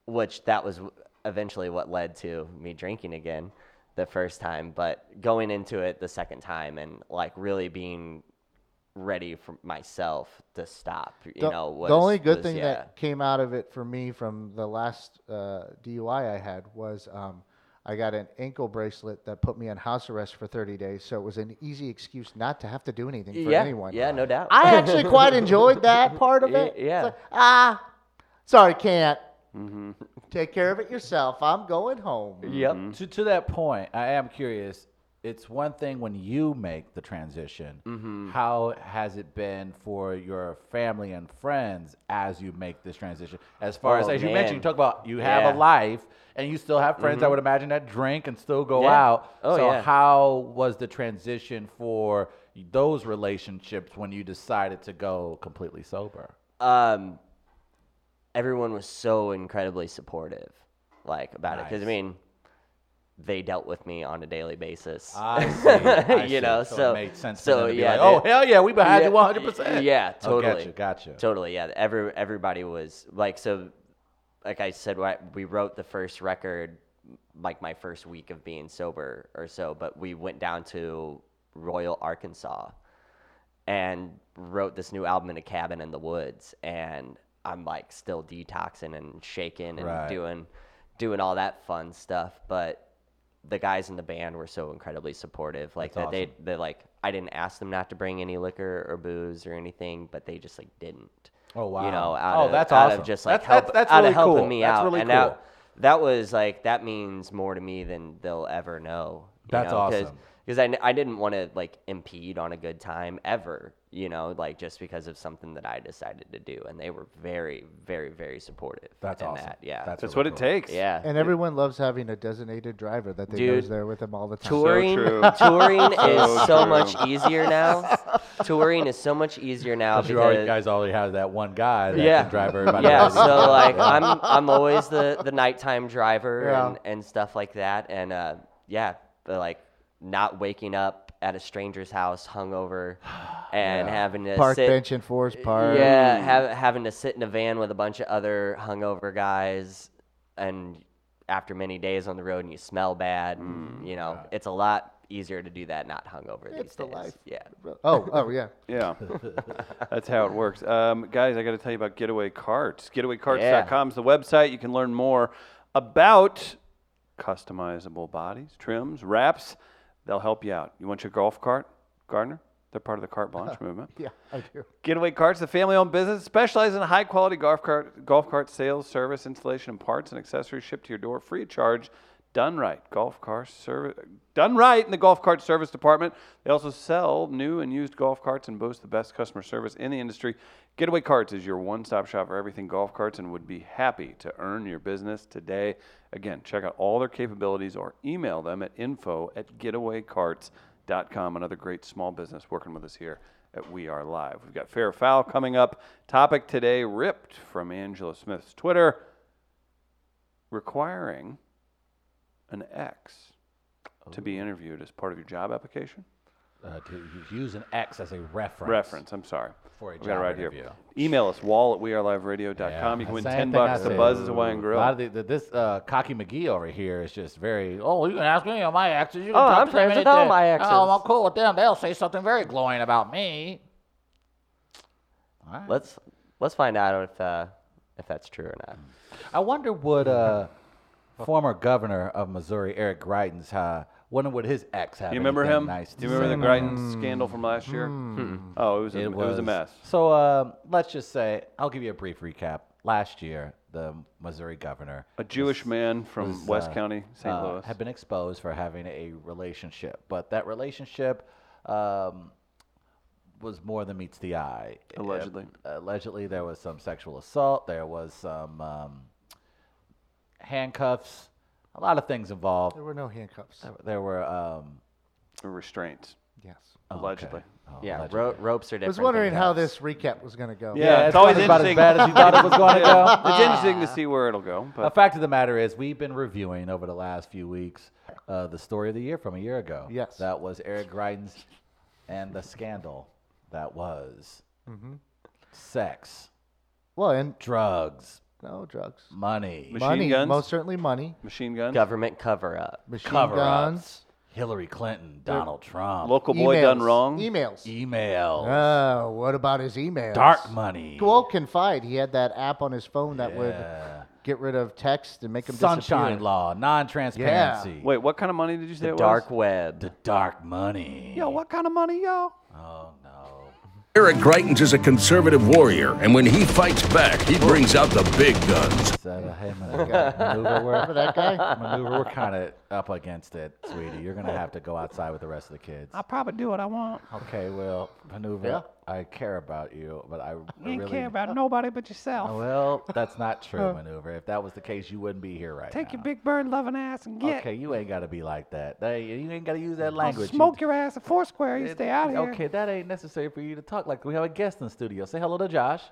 [SPEAKER 2] which that was w- eventually what led to me drinking again the first time, but going into it the second time and like really being ready for myself to stop, you
[SPEAKER 4] the,
[SPEAKER 2] know, was
[SPEAKER 4] the only good
[SPEAKER 2] was-
[SPEAKER 4] thing
[SPEAKER 2] yeah,
[SPEAKER 4] that came out of it for me from the last uh, DUI I had was um, I got an ankle bracelet that put me on house arrest for 30 days, so it was an easy excuse not to have to do anything for
[SPEAKER 2] yeah,
[SPEAKER 4] anyone.
[SPEAKER 2] yeah, no doubt.
[SPEAKER 4] I actually quite enjoyed that part of
[SPEAKER 2] Y-
[SPEAKER 4] it. It's
[SPEAKER 2] yeah. Mm-hmm.
[SPEAKER 4] like, ah, sorry, can't. Take care of it yourself. I'm going home.
[SPEAKER 2] yep.
[SPEAKER 3] To, to that point, I am curious. It's one thing when you make the transition.
[SPEAKER 2] Mm-hmm.
[SPEAKER 3] How has it been for your family and friends as you make this transition? As far as,
[SPEAKER 2] Oh,
[SPEAKER 3] as you mentioned, you
[SPEAKER 2] man.
[SPEAKER 3] talk about you have
[SPEAKER 2] Yeah. Mm-hmm.
[SPEAKER 3] a life and you still have friends, I would imagine, that drink and still go
[SPEAKER 2] Yeah.
[SPEAKER 3] out.
[SPEAKER 2] Oh,
[SPEAKER 3] so,
[SPEAKER 2] yeah.
[SPEAKER 3] how was the transition for those relationships when you decided to go completely sober?
[SPEAKER 2] um, everyone was so incredibly supportive, like about it. 'Cause it. Because I
[SPEAKER 3] Nice.
[SPEAKER 2] mean, they dealt with me on a daily basis.
[SPEAKER 3] I see. I
[SPEAKER 2] you
[SPEAKER 3] see.
[SPEAKER 2] know,
[SPEAKER 3] so,
[SPEAKER 2] so,
[SPEAKER 3] it made sense.
[SPEAKER 2] So
[SPEAKER 3] to them to be
[SPEAKER 2] yeah,
[SPEAKER 3] like, oh
[SPEAKER 2] they-
[SPEAKER 3] hell yeah, we behind
[SPEAKER 2] yeah,
[SPEAKER 3] you 100. percent
[SPEAKER 2] Yeah,
[SPEAKER 3] Oh,
[SPEAKER 2] totally.
[SPEAKER 3] gotcha, gotcha.
[SPEAKER 2] Totally, yeah. Every everybody was like so. Like I said, wh- we wrote the first record like my first week of being sober or so, but we went down to Royal Arkansas and wrote this new album in a cabin in the woods and I'm like still detoxing and shaking and
[SPEAKER 3] Right.
[SPEAKER 2] doing doing all that fun stuff but the guys in the band were so incredibly supportive like that they they like I didn't ask them not to bring any liquor or booze or anything but they just like didn't
[SPEAKER 3] Oh, wow.
[SPEAKER 2] you know out
[SPEAKER 3] Oh,
[SPEAKER 2] of,
[SPEAKER 3] that's
[SPEAKER 2] out
[SPEAKER 3] awesome.
[SPEAKER 2] of just like
[SPEAKER 3] That's-
[SPEAKER 2] help,
[SPEAKER 3] that's- that's
[SPEAKER 2] out
[SPEAKER 3] really
[SPEAKER 2] of helping
[SPEAKER 3] cool.
[SPEAKER 2] me
[SPEAKER 3] That's
[SPEAKER 2] out
[SPEAKER 3] really
[SPEAKER 2] and
[SPEAKER 3] cool.
[SPEAKER 2] that that was like that means more to me than they'll ever know you
[SPEAKER 3] That's
[SPEAKER 2] know,
[SPEAKER 3] awesome.
[SPEAKER 2] because I, I didn't want to like impede on a good time ever you know like just because of something that i decided to do and they were very very very supportive
[SPEAKER 3] That's
[SPEAKER 2] in
[SPEAKER 3] awesome.
[SPEAKER 2] that, yeah
[SPEAKER 3] That's
[SPEAKER 1] That's
[SPEAKER 3] really
[SPEAKER 1] what it
[SPEAKER 3] cool.
[SPEAKER 1] takes.
[SPEAKER 2] yeah
[SPEAKER 4] And everyone loves having a designated driver that they know is
[SPEAKER 2] Dude,
[SPEAKER 4] there with them all the time.
[SPEAKER 2] touring
[SPEAKER 1] true.
[SPEAKER 2] touring
[SPEAKER 1] So
[SPEAKER 2] is so
[SPEAKER 1] true.
[SPEAKER 2] much easier now touring is so much easier now
[SPEAKER 3] You already,
[SPEAKER 2] because
[SPEAKER 3] guys already have that one guy that
[SPEAKER 2] Yeah.
[SPEAKER 3] can drive everybody.
[SPEAKER 2] yeah,
[SPEAKER 3] around.
[SPEAKER 2] so uh, like I'm I'm always the the nighttime driver
[SPEAKER 4] Yeah.
[SPEAKER 2] and, and stuff like that, and uh, yeah, but like not waking up at a stranger's house hungover and having to
[SPEAKER 4] Park
[SPEAKER 2] sit,
[SPEAKER 4] bench Mm. in Forest Park.
[SPEAKER 2] yeah, have, having to sit in a van with a bunch of other hungover guys, and after many days on the road and you smell bad, and, you know, it's a lot easier to do that not hungover
[SPEAKER 4] Mm,
[SPEAKER 2] these
[SPEAKER 4] It's the
[SPEAKER 2] days.
[SPEAKER 4] life.
[SPEAKER 2] Yeah.
[SPEAKER 4] Oh, oh yeah.
[SPEAKER 1] Yeah, that's how it works. Um, guys, I got to tell you about Getaway Carts.
[SPEAKER 2] Yeah.
[SPEAKER 1] GetawayCarts.com is the website. You can learn more about customizable bodies, trims, wraps. They'll help you out. You want your golf cart, Gardner? They're part of the carte blanche movement.
[SPEAKER 4] Yeah, I do.
[SPEAKER 1] Getaway Carts, a family-owned business specializing in high-quality golf cart golf cart sales, service, installation, and parts and accessories shipped to your door free of charge. Done right, golf cart service. Done right in the golf cart service department. They also sell new and used golf carts and boast the best customer service in the industry. Getaway Carts is your one-stop shop for everything golf carts, and would be happy to earn your business today. Again, check out all their capabilities or email them at info at getawaycarts.com. Another great small business working with us here at We Are Live. We've got Fair or Foul coming up. Topic today ripped from Angela Smith's Twitter requiring an ex to be interviewed as part of your job application.
[SPEAKER 3] Uh, to use an X as a reference.
[SPEAKER 1] Reference, I'm sorry.
[SPEAKER 3] For a
[SPEAKER 1] I've got it
[SPEAKER 3] job
[SPEAKER 1] right
[SPEAKER 3] interview.
[SPEAKER 1] here. Email us, wall at weareliveradio.com.
[SPEAKER 3] Yeah.
[SPEAKER 1] You can win
[SPEAKER 3] Same
[SPEAKER 1] 10
[SPEAKER 3] thing I
[SPEAKER 1] bucks to
[SPEAKER 3] said.
[SPEAKER 1] Buzz as Hawaiian
[SPEAKER 3] A lot
[SPEAKER 1] Grill.
[SPEAKER 3] of the, the, this uh, cocky McGee over here is just very. Oh, you can ask me on my exes. You can
[SPEAKER 2] Oh,
[SPEAKER 3] talk
[SPEAKER 2] I'm
[SPEAKER 3] to them
[SPEAKER 2] friends with all
[SPEAKER 3] anything.
[SPEAKER 2] my exes.
[SPEAKER 3] Oh, I'm cool with them. They'll say something very glowing about me. All right.
[SPEAKER 2] Let's let's find out if uh, if that's true or
[SPEAKER 4] Mm.
[SPEAKER 2] not.
[SPEAKER 3] I wonder would uh, former governor of Missouri Eric Greitens, uh, wonder would his ex have?
[SPEAKER 1] Do you remember
[SPEAKER 3] anything
[SPEAKER 1] him?
[SPEAKER 3] Nice Mm.
[SPEAKER 1] Do you
[SPEAKER 3] to
[SPEAKER 1] remember the
[SPEAKER 3] say about him?
[SPEAKER 1] Greitens scandal from last year? Oh, it was, a, it, was, a mess.
[SPEAKER 3] So uh, let's just say I'll give you a brief recap. Last year, the Missouri governor
[SPEAKER 1] A Jewish man from
[SPEAKER 3] was,
[SPEAKER 1] West
[SPEAKER 3] uh,
[SPEAKER 1] County, St.
[SPEAKER 3] uh,
[SPEAKER 1] Louis.
[SPEAKER 3] had been exposed for having a relationship, but that relationship um, was more than meets the eye.
[SPEAKER 1] Allegedly.
[SPEAKER 3] Uh, allegedly, there was some sexual assault. There was some um, handcuffs. A lot of things involved.
[SPEAKER 4] There were no handcuffs.
[SPEAKER 3] There were um,
[SPEAKER 1] Restraints,
[SPEAKER 4] Yes.
[SPEAKER 1] allegedly.
[SPEAKER 3] oh,
[SPEAKER 2] Yeah,
[SPEAKER 3] allegedly.
[SPEAKER 2] ro- ropes are
[SPEAKER 4] I
[SPEAKER 2] different.
[SPEAKER 4] was
[SPEAKER 2] than
[SPEAKER 4] wondering how
[SPEAKER 2] cuffs.
[SPEAKER 4] this recap was going to go.
[SPEAKER 1] Yeah,
[SPEAKER 3] Yeah,
[SPEAKER 1] it's,
[SPEAKER 3] it's
[SPEAKER 1] always
[SPEAKER 3] not about as
[SPEAKER 1] interesting.
[SPEAKER 3] bad as you thought it was going to go.
[SPEAKER 1] it's interesting to see where it'll go.
[SPEAKER 3] A
[SPEAKER 1] But
[SPEAKER 3] fact of the matter is, we've been reviewing over the last few weeks uh, the story of the year from a year ago.
[SPEAKER 4] Yes.
[SPEAKER 3] That was Eric Greitens and the scandal that was
[SPEAKER 1] Mm-hmm.
[SPEAKER 3] sex,
[SPEAKER 4] Well, and
[SPEAKER 3] drugs,
[SPEAKER 4] no drugs.
[SPEAKER 3] money,
[SPEAKER 1] Machine
[SPEAKER 4] Money,
[SPEAKER 1] guns?
[SPEAKER 4] most certainly money.
[SPEAKER 1] machine guns,
[SPEAKER 2] government cover up.
[SPEAKER 4] Machine
[SPEAKER 3] cover
[SPEAKER 4] guns.
[SPEAKER 3] ups, Hillary Clinton, Donald Trump,
[SPEAKER 1] local boy done
[SPEAKER 4] emails,
[SPEAKER 1] wrong.
[SPEAKER 4] Emails.
[SPEAKER 3] email,
[SPEAKER 4] Oh, what about his emails?
[SPEAKER 3] dark money,
[SPEAKER 4] Well, confide. He had that app on his phone that
[SPEAKER 3] Yeah.
[SPEAKER 4] would get rid of text and make him
[SPEAKER 3] sunshine
[SPEAKER 4] disappear.
[SPEAKER 3] law, non transparency,
[SPEAKER 1] Wait, what kind of money did you say
[SPEAKER 2] The
[SPEAKER 1] it
[SPEAKER 2] dark
[SPEAKER 1] was?
[SPEAKER 2] web.
[SPEAKER 3] the dark money.
[SPEAKER 1] Yo, what kind of money, yo?
[SPEAKER 3] Oh, no.
[SPEAKER 6] Eric Greitens is a conservative warrior, and when he fights back, he brings out the big guns.
[SPEAKER 3] So, hey, maneuver, maneuver,
[SPEAKER 4] Remember that guy?
[SPEAKER 3] maneuver. We're kind of up against it, sweetie. You're gonna have to go outside with the rest of the kids.
[SPEAKER 1] I'll probably do what I want.
[SPEAKER 3] Okay, well, maneuver.
[SPEAKER 4] Yeah.
[SPEAKER 3] I care about you, but I, I
[SPEAKER 1] You ain't
[SPEAKER 3] really
[SPEAKER 1] care about nobody but yourself.
[SPEAKER 3] Well, that's not true, maneuver. If that was the case, you wouldn't be here right
[SPEAKER 1] Take
[SPEAKER 3] now.
[SPEAKER 1] your big bird loving ass and get.
[SPEAKER 3] Okay, you ain't gotta be like that. That ain't- you ain't gotta use that language. You-
[SPEAKER 1] Smoke your ass at Foursquare. You stay out of here.
[SPEAKER 3] Okay, that ain't necessary for you to talk like we have a guest in the studio. Say hello to Josh.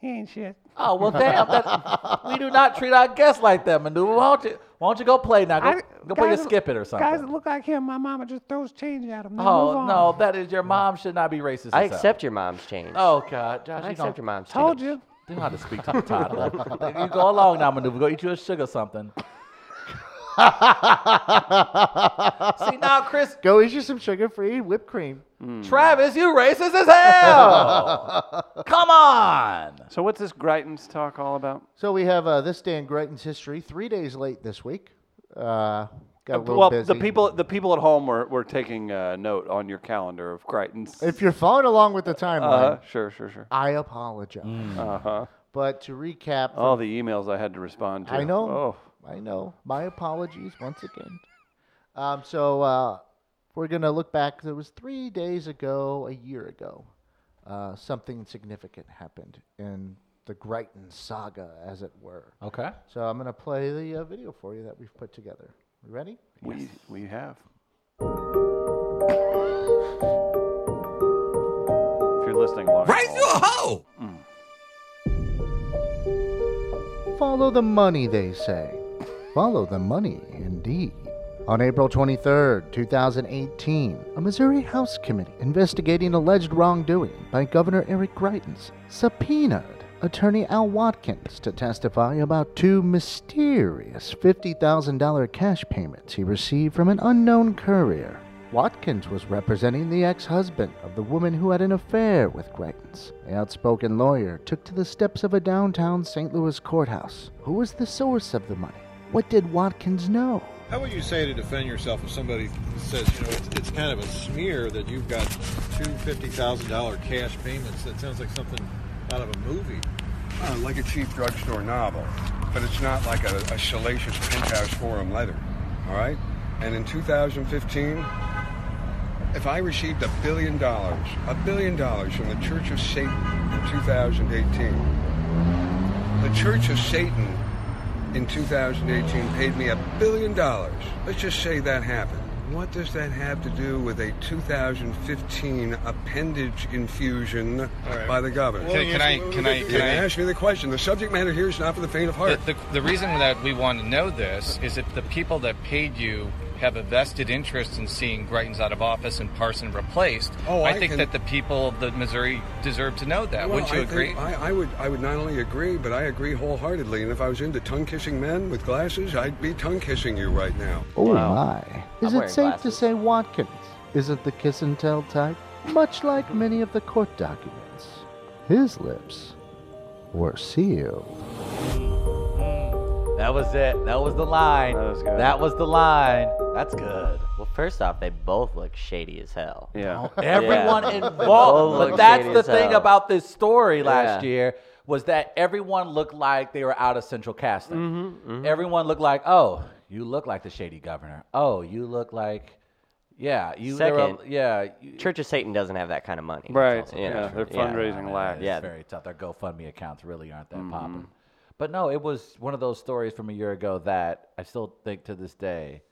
[SPEAKER 1] He ain't shit.
[SPEAKER 3] Oh well, damn! That, we do not treat our guests like that, maneuver. Why don't you? Why don't you go play now? Go,
[SPEAKER 7] I-
[SPEAKER 3] go play your
[SPEAKER 7] guys-
[SPEAKER 3] skip it or something.
[SPEAKER 7] Guys that look like him, my mama just throws change at him. Now move
[SPEAKER 3] oh
[SPEAKER 7] on.
[SPEAKER 3] no, that is your mom should not be racist.
[SPEAKER 2] I
[SPEAKER 3] as hell.
[SPEAKER 2] accept your mom's change.
[SPEAKER 3] Oh God, Josh,
[SPEAKER 2] I
[SPEAKER 3] you
[SPEAKER 2] accept your
[SPEAKER 3] gonna-
[SPEAKER 2] mom's change.
[SPEAKER 7] Told you.
[SPEAKER 3] You know how to speak to the toddler. you go along now, maneuver. Go eat you a sugar something. See now, Chris
[SPEAKER 4] Go eat you some sugar-free whipped cream.
[SPEAKER 3] Travis, you racist as hell. Come on.
[SPEAKER 1] So what's this Greitens talk all about?
[SPEAKER 4] So we have uh, this day in Greitens history. Three days late this week. Uh, got a little
[SPEAKER 1] well,
[SPEAKER 4] busy.
[SPEAKER 1] the people the people at home were, were taking uh, note on your calendar of Greitens.
[SPEAKER 4] If you're following along with the timeline,
[SPEAKER 1] uh, sure, sure, sure.
[SPEAKER 4] I apologize.
[SPEAKER 1] Uh-huh.
[SPEAKER 4] But to recap,
[SPEAKER 1] All the emails I had to respond to.
[SPEAKER 4] I know.
[SPEAKER 1] Oh,
[SPEAKER 4] I know. My apologies once again. Um, so uh, we're going to look back. It was three days ago, a year ago. Uh, something significant happened in the Greitens saga, as it were.
[SPEAKER 3] Okay.
[SPEAKER 4] So I'm going to play the uh, video for you that we've put together. You ready?
[SPEAKER 1] we we have. If you're listening, Lauren.
[SPEAKER 5] Right, you a hoe.
[SPEAKER 4] Follow the money, they say. Follow the money, indeed. On April 23, 2018, a Missouri House committee investigating alleged wrongdoing by Governor Eric Greitens subpoenaed attorney Al Watkins to testify about two mysterious $50,000 cash payments he received from an unknown courier. Watkins was representing the ex husband of the woman who had an affair with Greitens. The outspoken lawyer took to the steps of a downtown St. Louis courthouse. Who was the source of the money? What did Watkins know?
[SPEAKER 8] How would you say to defend yourself if somebody says, you know, it's, it's kind of a smear that you've got two fifty thousand dollar cash payments? That sounds like something out of a movie.
[SPEAKER 9] Uh, like a cheap drugstore novel, but it's not like a, a salacious penthouse forum letter. All right? And in 2015, if I received a billion dollars, a billion dollars from the Church of Satan in 2018, the Church of Satan in 2018 paid me a billion dollars. Let's just say that happened. What does that have to do with a 2015 appendage infusion by the governor?
[SPEAKER 8] Well,
[SPEAKER 9] You
[SPEAKER 8] Can I- can I-
[SPEAKER 9] can ask me the question. The subject matter here is not for the faint of heart.
[SPEAKER 10] The, the reason that we want to know this is that the people that paid you have a vested interest in seeing Greitens out of office and Parson replaced.
[SPEAKER 9] Oh, I
[SPEAKER 10] think
[SPEAKER 9] can-
[SPEAKER 10] that the people of the Missouri deserve to know that.
[SPEAKER 9] Well,
[SPEAKER 10] Wouldn't you
[SPEAKER 9] I
[SPEAKER 10] agree?
[SPEAKER 9] think- I, I would. I would not only agree, but I agree wholeheartedly. And if I was into tongue kissing men with glasses, I'd be tongue kissing you right now.
[SPEAKER 4] Oh my. Is
[SPEAKER 2] I'm
[SPEAKER 4] it
[SPEAKER 2] wearing
[SPEAKER 4] safe to
[SPEAKER 2] glasses.
[SPEAKER 4] say Watkins isn't the kiss and tell type? Much like many of the court documents, his lips were sealed.
[SPEAKER 3] That was it. That was the line.
[SPEAKER 1] That was good.
[SPEAKER 3] That was the line. That's good.
[SPEAKER 2] Well, first off, they both look shady as hell.
[SPEAKER 1] Yeah.
[SPEAKER 3] Everyone
[SPEAKER 2] Yeah.
[SPEAKER 3] involved.
[SPEAKER 2] Both
[SPEAKER 3] But
[SPEAKER 2] look
[SPEAKER 3] that's
[SPEAKER 2] shady
[SPEAKER 3] the
[SPEAKER 2] as
[SPEAKER 3] thing
[SPEAKER 2] hell.
[SPEAKER 3] about this story last
[SPEAKER 2] Yeah.
[SPEAKER 3] year was that everyone looked like they were out of central casting.
[SPEAKER 2] Mm-hmm,
[SPEAKER 3] Everyone looked like, oh, you look like the shady governor. Oh, you look like, yeah, you. there were-
[SPEAKER 2] Second,
[SPEAKER 3] yeah, you,
[SPEAKER 2] Church of Satan doesn't have that kind of money.
[SPEAKER 1] Right.
[SPEAKER 2] You
[SPEAKER 1] Yeah.
[SPEAKER 2] know,
[SPEAKER 1] Their fundraising lacks.
[SPEAKER 2] Yeah. Mm-hmm.
[SPEAKER 3] It's very tough. Their GoFundMe accounts really aren't that popping. But no, it was one of those stories from a year ago that I still think to this day,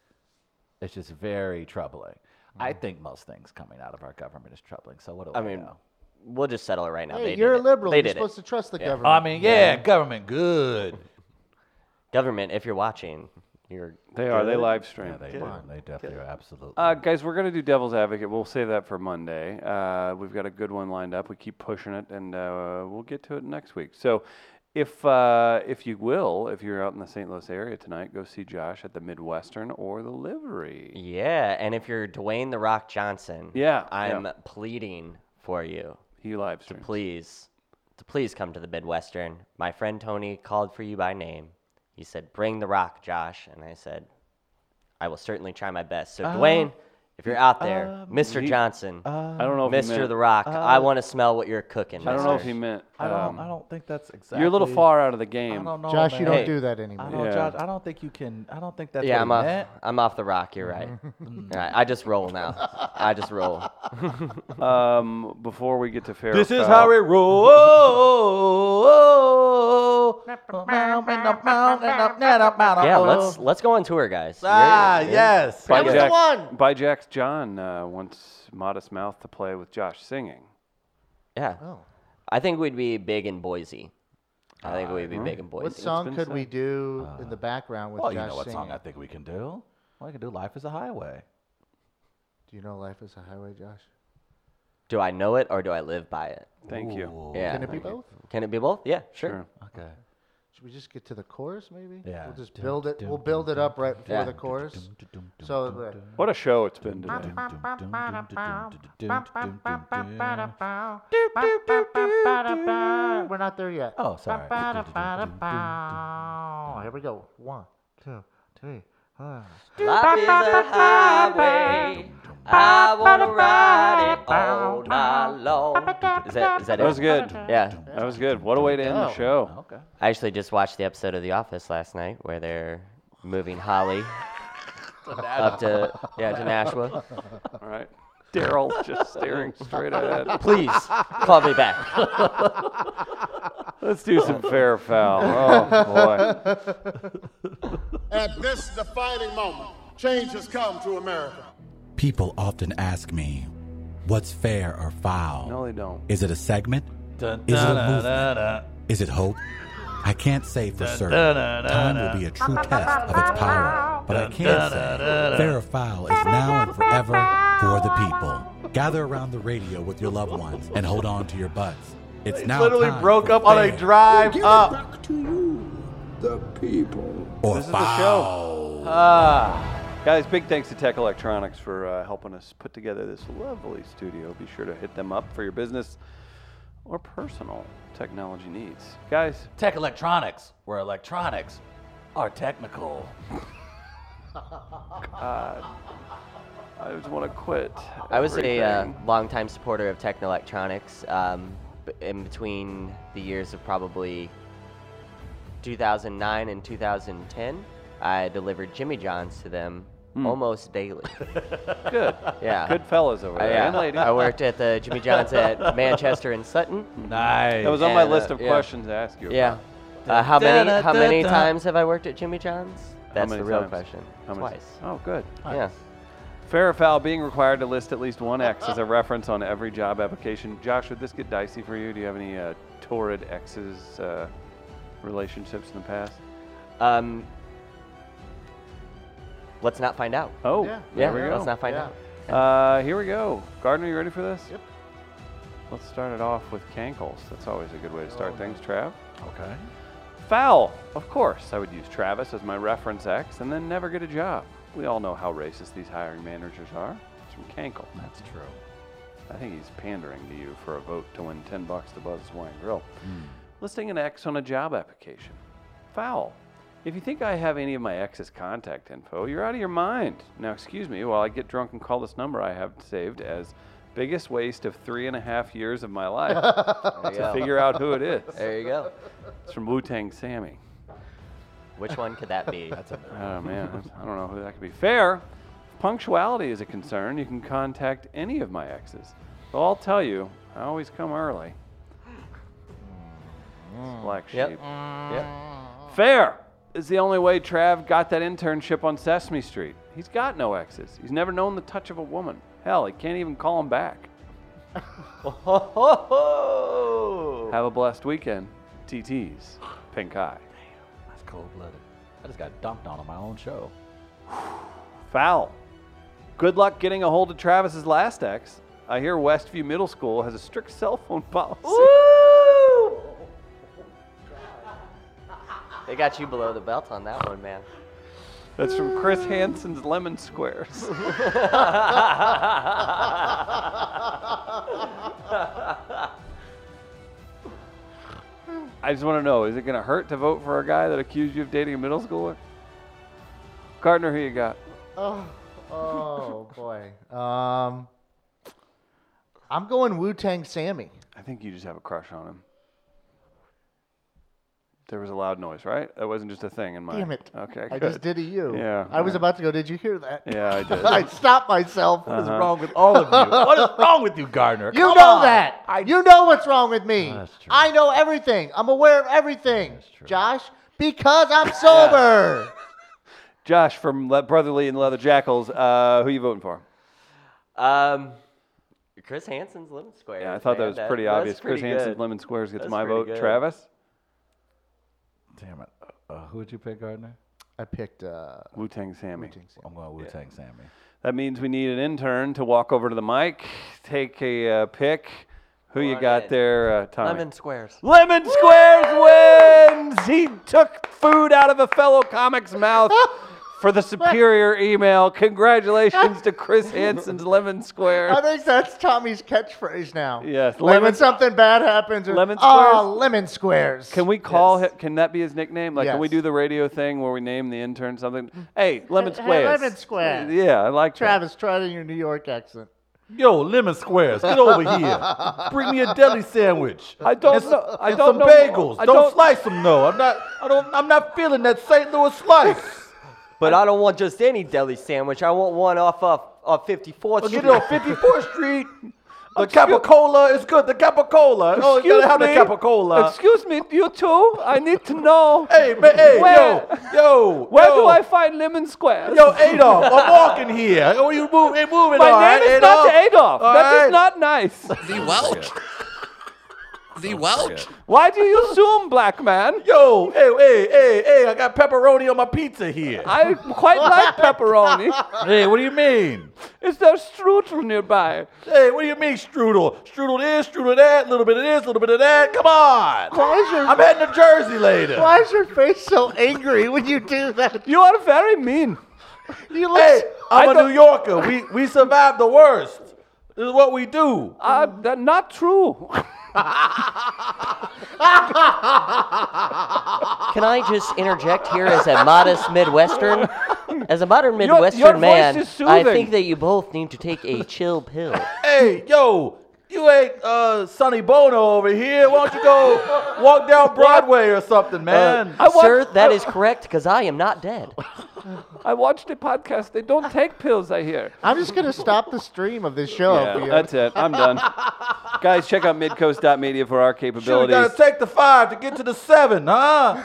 [SPEAKER 3] it's just very troubling. I think most things coming out of our government is troubling. So what do I,
[SPEAKER 2] Mm-hmm. I mean,
[SPEAKER 3] know?
[SPEAKER 2] we'll just settle it right now. They
[SPEAKER 4] Hey,
[SPEAKER 2] did
[SPEAKER 4] you're a
[SPEAKER 2] it.
[SPEAKER 4] liberal.
[SPEAKER 2] They
[SPEAKER 4] You're
[SPEAKER 2] did
[SPEAKER 4] supposed
[SPEAKER 2] it.
[SPEAKER 4] to trust the government.
[SPEAKER 3] I mean, yeah, government good.
[SPEAKER 2] Government, if you're watching, you're.
[SPEAKER 1] They are. They live stream.
[SPEAKER 3] they do. They definitely are absolutely.
[SPEAKER 1] Uh, guys, we're gonna do Devil's Advocate. We'll save that for Monday. Uh, we've got a good one lined up. We keep pushing it, and uh, we'll get to it next week. So, if uh, if you will, if you're out in the St. Louis area tonight, go see Josh at the Midwestern or the Livery.
[SPEAKER 2] Yeah, and if you're Dwayne the Rock Johnson,
[SPEAKER 1] Yeah, yeah.
[SPEAKER 2] I'm pleading for you
[SPEAKER 1] He live
[SPEAKER 2] to
[SPEAKER 1] streams.
[SPEAKER 2] please, to please come to the Midwestern. My friend Tony called for you by name. He said, "Bring the rock, Josh," and I said, "I will certainly try my best." So Dwayne,
[SPEAKER 1] Uh,
[SPEAKER 2] if you're out there, Mr. Johnson,
[SPEAKER 1] I don't know if he
[SPEAKER 2] Mr.
[SPEAKER 1] meant, uh,
[SPEAKER 2] The Rock, I want to smell what you're cooking.
[SPEAKER 1] I don't know if
[SPEAKER 2] mister.
[SPEAKER 1] he meant.
[SPEAKER 3] I don't.
[SPEAKER 1] um,
[SPEAKER 3] I don't think that's exactly.
[SPEAKER 1] you're a little far out of the
[SPEAKER 3] I
[SPEAKER 1] game.
[SPEAKER 3] don't know,
[SPEAKER 4] Josh,
[SPEAKER 3] man.
[SPEAKER 4] you don't
[SPEAKER 2] Hey. Uh-huh.
[SPEAKER 4] do that
[SPEAKER 3] I
[SPEAKER 4] anymore.
[SPEAKER 3] don't,
[SPEAKER 1] Yeah.
[SPEAKER 3] Josh. I don't think you can. I don't think that's.
[SPEAKER 2] Yeah,
[SPEAKER 3] what
[SPEAKER 2] I'm
[SPEAKER 3] he
[SPEAKER 2] off.
[SPEAKER 3] meant.
[SPEAKER 2] I'm off the rock. You're right. All right, I just roll now. I just roll.
[SPEAKER 1] Um, before we get to fair. or
[SPEAKER 3] This is
[SPEAKER 1] Foul-
[SPEAKER 3] how it rolls. yeah,
[SPEAKER 2] Yeah, let's let's go on tour, guys. You're-
[SPEAKER 3] Ah,
[SPEAKER 2] you're-
[SPEAKER 3] yes.
[SPEAKER 1] By
[SPEAKER 4] That was the
[SPEAKER 1] Jack-
[SPEAKER 4] one!
[SPEAKER 1] By Jack's John uh, wants Modest Mouth to play with Josh singing.
[SPEAKER 4] Oh.
[SPEAKER 2] Yeah. I think we'd be big in Boise. I think we'd be
[SPEAKER 1] Uh-huh.
[SPEAKER 3] Uh,
[SPEAKER 2] making boys.
[SPEAKER 4] What song could we do
[SPEAKER 2] Uh-huh.
[SPEAKER 4] in the background with
[SPEAKER 3] well,
[SPEAKER 4] Josh
[SPEAKER 3] you know what
[SPEAKER 4] singing?
[SPEAKER 3] song I think we can do? Well, I can do "Life Is a Highway."
[SPEAKER 4] Do you know "Life Is a Highway," Josh?
[SPEAKER 2] Do I know it or do I live by it?
[SPEAKER 1] Thank you.
[SPEAKER 2] Yeah.
[SPEAKER 4] Can it be both?
[SPEAKER 2] Can it be both? Yeah, sure.
[SPEAKER 3] Okay.
[SPEAKER 4] Should we just get to the chorus, maybe?
[SPEAKER 3] Yeah.
[SPEAKER 4] We'll just
[SPEAKER 3] Dun,
[SPEAKER 4] build it.
[SPEAKER 3] dun,
[SPEAKER 4] We'll build it up right before
[SPEAKER 2] Yeah.
[SPEAKER 4] the chorus. So uh,
[SPEAKER 1] What a show it's been today.
[SPEAKER 4] we're not there yet.
[SPEAKER 3] Oh, sorry.
[SPEAKER 4] Oh, here we go. One, two, three. Uh.
[SPEAKER 2] Life is a highway. I wanna ride it all night long. Is that is that
[SPEAKER 1] That
[SPEAKER 2] it?
[SPEAKER 1] was good.
[SPEAKER 2] Yeah.
[SPEAKER 1] That was good. What a way to end the
[SPEAKER 4] Oh.
[SPEAKER 1] show.
[SPEAKER 3] Okay.
[SPEAKER 2] I actually just watched the episode of The Office last night where they're moving Holly up to yeah to Nashua.
[SPEAKER 1] All right. Daryl just staring straight ahead.
[SPEAKER 2] Please call me back.
[SPEAKER 1] Let's do some fair foul. Oh boy.
[SPEAKER 11] At this defining moment, change has come to America.
[SPEAKER 5] People often ask me, what's fair or foul?
[SPEAKER 1] No, they don't.
[SPEAKER 5] Is it a segment? Is it a movement? Is it hope? I can't say for certain. Time will be a true test of its power. But I can say, fair or foul is now and forever for the people. Gather around the radio with your loved ones and hold on to your butts. It's now
[SPEAKER 3] Literally
[SPEAKER 5] time
[SPEAKER 3] broke
[SPEAKER 5] for
[SPEAKER 3] up on a
[SPEAKER 5] fair
[SPEAKER 3] drive up.
[SPEAKER 11] Back to you, the people.
[SPEAKER 5] Or
[SPEAKER 1] This is
[SPEAKER 5] foul.
[SPEAKER 1] the show. Ah. Guys, big thanks to Tech Electronics for uh, helping us put together this lovely studio. Be sure to hit them up for your business or personal technology needs. Guys,
[SPEAKER 3] Tech electronics, where electronics are technical.
[SPEAKER 1] I just want to quit.
[SPEAKER 2] I was a uh,
[SPEAKER 1] everything.
[SPEAKER 2] longtime supporter of Techno Electronics. Um, b- in between the years of probably 2009 and 2010, I delivered Jimmy John's to them almost daily.
[SPEAKER 1] good.
[SPEAKER 2] Yeah.
[SPEAKER 1] Hmm. Good fellas over
[SPEAKER 2] I,
[SPEAKER 1] there.
[SPEAKER 2] uh,
[SPEAKER 1] and ladies.
[SPEAKER 2] I worked at the Jimmy John's at Manchester and Sutton.
[SPEAKER 3] Nice.
[SPEAKER 1] That was on my
[SPEAKER 2] and, uh,
[SPEAKER 1] list of
[SPEAKER 2] yeah.
[SPEAKER 1] questions to ask you.
[SPEAKER 2] Yeah.
[SPEAKER 1] about.
[SPEAKER 2] Uh, how many
[SPEAKER 3] Da-da-da-da.
[SPEAKER 2] how many times have I worked at Jimmy John's? That's
[SPEAKER 1] many
[SPEAKER 2] the real
[SPEAKER 1] times?
[SPEAKER 2] question.
[SPEAKER 1] How many-
[SPEAKER 2] Twice.
[SPEAKER 1] Oh, good.
[SPEAKER 2] Yeah.
[SPEAKER 1] Fair or foul, being required to list at least one X as a reference on every job application. Josh, would this get dicey for you? Do you have any uh, torrid exes uh, relationships in the past?
[SPEAKER 2] Um, let's not find out.
[SPEAKER 1] Oh,
[SPEAKER 4] Yeah.
[SPEAKER 1] there
[SPEAKER 2] yeah.
[SPEAKER 1] we go.
[SPEAKER 2] Let's not find
[SPEAKER 4] Yeah.
[SPEAKER 2] out.
[SPEAKER 1] Uh, here we go. Gardner, you ready for this?
[SPEAKER 4] Yep.
[SPEAKER 1] Let's start it off with cankles. That's always a good way to start things, Trav.
[SPEAKER 3] Oh, Okay.
[SPEAKER 1] Foul! Of course, I would use Travis as my reference X and then never get a job. We all know how racist these hiring managers are. It's from Cankle.
[SPEAKER 3] That's true.
[SPEAKER 1] I think he's pandering to you for a vote to win 10 bucks to Buzz's Wine Grill. Listing an X on a job application. Foul. If you think I have any of my ex's contact info, you're out of your mind. Now, excuse me while I get drunk and call this number I have saved as biggest waste of three and a half years of my life
[SPEAKER 2] There you
[SPEAKER 1] to
[SPEAKER 2] go.
[SPEAKER 1] figure out who it is.
[SPEAKER 2] There you go.
[SPEAKER 1] It's from Wu Tang Sammy.
[SPEAKER 2] Which one could that be? That's a
[SPEAKER 1] Oh man, that's- I don't know who that could be. Fair. If punctuality is a concern, you can contact any of my exes. But I'll tell you, I always come early. It's Black
[SPEAKER 2] Yep.
[SPEAKER 1] sheep.
[SPEAKER 2] yep.
[SPEAKER 1] Fair is the only way Trav got that internship on Sesame Street. He's got no exes. He's never known the touch of a woman. Hell, he can't even call him back. Have a blessed weekend. TT's Pink Eye.
[SPEAKER 3] That's cold blooded. I just got dumped on on my own show.
[SPEAKER 1] Foul. Good luck getting a hold of Travis's last ex. I hear Westview Middle School has a strict cell phone policy.
[SPEAKER 2] They got you below the belt on that one, man.
[SPEAKER 1] That's from Chris Hansen's Lemon Squares. I just want to know is it going to hurt to vote for a guy that accused you of dating a middle schooler? Gardner, who you got?
[SPEAKER 4] Oh, oh boy. Um, I'm going Wu Tang Sammy.
[SPEAKER 1] I think you just have a crush on him. There was a loud noise, right? That wasn't just a thing in my.
[SPEAKER 4] Damn it.
[SPEAKER 1] Okay.
[SPEAKER 4] I
[SPEAKER 1] good.
[SPEAKER 4] just did a U.
[SPEAKER 1] Yeah,
[SPEAKER 4] I was
[SPEAKER 1] yeah.
[SPEAKER 4] about to go. Did you hear that?
[SPEAKER 1] Yeah, I did.
[SPEAKER 4] I stopped myself.
[SPEAKER 3] What is wrong with all of you? What is wrong with you, Gardner?
[SPEAKER 4] You
[SPEAKER 3] Come
[SPEAKER 4] know
[SPEAKER 3] on.
[SPEAKER 4] that. you know what's wrong with me.
[SPEAKER 3] That's true.
[SPEAKER 4] I know everything. I'm aware of everything. Josh, because I'm sober.
[SPEAKER 1] Josh from Le- Brotherly and Leather Jackals. Uh, who you voting for?
[SPEAKER 2] Um, Chris Hansen's Lemon Square.
[SPEAKER 1] Yeah, I thought that was pretty obvious. Chris Hansen's
[SPEAKER 2] Lemon.
[SPEAKER 1] Lemon Squares gets
[SPEAKER 2] That's
[SPEAKER 1] my
[SPEAKER 2] pretty
[SPEAKER 1] vote.
[SPEAKER 2] good.
[SPEAKER 1] Travis,
[SPEAKER 3] Damn it. Uh, who would you pick, Gardner?
[SPEAKER 4] I picked uh,
[SPEAKER 1] Wu Tang Sammy.
[SPEAKER 3] I'm going Wu Tang Sammy.
[SPEAKER 1] That means we need an intern to walk over to the mic, take a uh, pick. Who you
[SPEAKER 2] All
[SPEAKER 1] got
[SPEAKER 2] right.
[SPEAKER 1] there, uh, Tommy?
[SPEAKER 2] Lemon squares.
[SPEAKER 1] Lemon Squares wins. He took food out of a fellow comic's mouth for the superior email. Congratulations to Chris Hansen's Lemon Squares.
[SPEAKER 4] I think that's Tommy's catchphrase now.
[SPEAKER 1] Yes,
[SPEAKER 4] Like
[SPEAKER 1] lemon-
[SPEAKER 4] when something bad happens, or,
[SPEAKER 1] Lemon
[SPEAKER 4] "Ah,
[SPEAKER 1] squares?
[SPEAKER 4] lemon squares.
[SPEAKER 1] Can we call him? Can that be his nickname? Like, can we
[SPEAKER 4] Yes.
[SPEAKER 1] do the radio thing where we name the intern something? Hey, Lemon
[SPEAKER 4] Hey,
[SPEAKER 1] Squares.
[SPEAKER 4] lemon squares.
[SPEAKER 1] Yeah, I like that.
[SPEAKER 4] Travis, try it in your New York accent.
[SPEAKER 3] Yo, lemon squares, get over here. Bring me a deli sandwich.
[SPEAKER 1] I don't
[SPEAKER 3] and some,
[SPEAKER 1] know- I
[SPEAKER 3] and
[SPEAKER 1] don't
[SPEAKER 3] some
[SPEAKER 1] know-
[SPEAKER 3] bagels.
[SPEAKER 1] I
[SPEAKER 3] don't,
[SPEAKER 1] don't-
[SPEAKER 3] slice them. No, I'm not. I don't. I'm not feeling that St. Louis slice.
[SPEAKER 2] But I don't want just any deli sandwich. I want one off of, of 54th
[SPEAKER 3] But
[SPEAKER 2] Street.
[SPEAKER 3] get it on 54th Street. The capicola is good. The capicola. Oh, you gotta have the capicola.
[SPEAKER 1] Excuse me, you two. I need to know.
[SPEAKER 3] Hey, man, hey,
[SPEAKER 1] Where-
[SPEAKER 3] yo, yo.
[SPEAKER 1] Where
[SPEAKER 3] yo.
[SPEAKER 1] do I find lemon squares?
[SPEAKER 3] Yo, Adolf, I'm walking here. Oh, you move, hey, move it
[SPEAKER 1] My
[SPEAKER 3] all
[SPEAKER 1] name
[SPEAKER 3] right,
[SPEAKER 1] is
[SPEAKER 3] Adolf.
[SPEAKER 1] not Adolf.
[SPEAKER 3] All
[SPEAKER 1] That is
[SPEAKER 3] right.
[SPEAKER 1] not nice.
[SPEAKER 12] The Welch. The Welch.
[SPEAKER 1] Why do you assume, black man?
[SPEAKER 3] Yo, hey, hey, hey, hey, I got pepperoni on my pizza here.
[SPEAKER 1] I quite like pepperoni.
[SPEAKER 3] hey, what do you mean?
[SPEAKER 1] Is there strudel nearby?
[SPEAKER 3] Hey, what do you mean strudel? Strudel this, strudel that, little bit of this, little bit of that. Come on.
[SPEAKER 4] Why is your
[SPEAKER 3] I'm heading to Jersey later.
[SPEAKER 4] Why is your face so angry when you do that?
[SPEAKER 1] You are very mean.
[SPEAKER 4] You look.
[SPEAKER 3] Hey, I'm
[SPEAKER 1] I
[SPEAKER 3] a
[SPEAKER 1] don't-
[SPEAKER 3] New Yorker. We we survived the worst. This is what we do.
[SPEAKER 1] Uh, that not true.
[SPEAKER 2] Can I just interject here as a modest Midwestern? As a modern
[SPEAKER 1] your
[SPEAKER 2] Midwestern
[SPEAKER 1] voice
[SPEAKER 2] man,
[SPEAKER 1] is
[SPEAKER 2] I
[SPEAKER 1] soothing.
[SPEAKER 2] think that you both need to take a chill pill.
[SPEAKER 3] Hey, yo, you ain't uh, Sonny Bono over here. Why don't you go walk down Broadway or something, man?
[SPEAKER 1] Uh, I want-
[SPEAKER 2] Sir, that
[SPEAKER 1] I-
[SPEAKER 2] is correct because I am not dead.
[SPEAKER 1] I watched a podcast. They don't take pills, I hear.
[SPEAKER 4] I'm just gonna stop the stream of this show. if
[SPEAKER 1] Yeah,
[SPEAKER 4] you-
[SPEAKER 1] that's it. I'm done. Guys, check out midcoast.media for our
[SPEAKER 3] Should have
[SPEAKER 1] capabilities.
[SPEAKER 3] got to take the five to get to the seven, huh?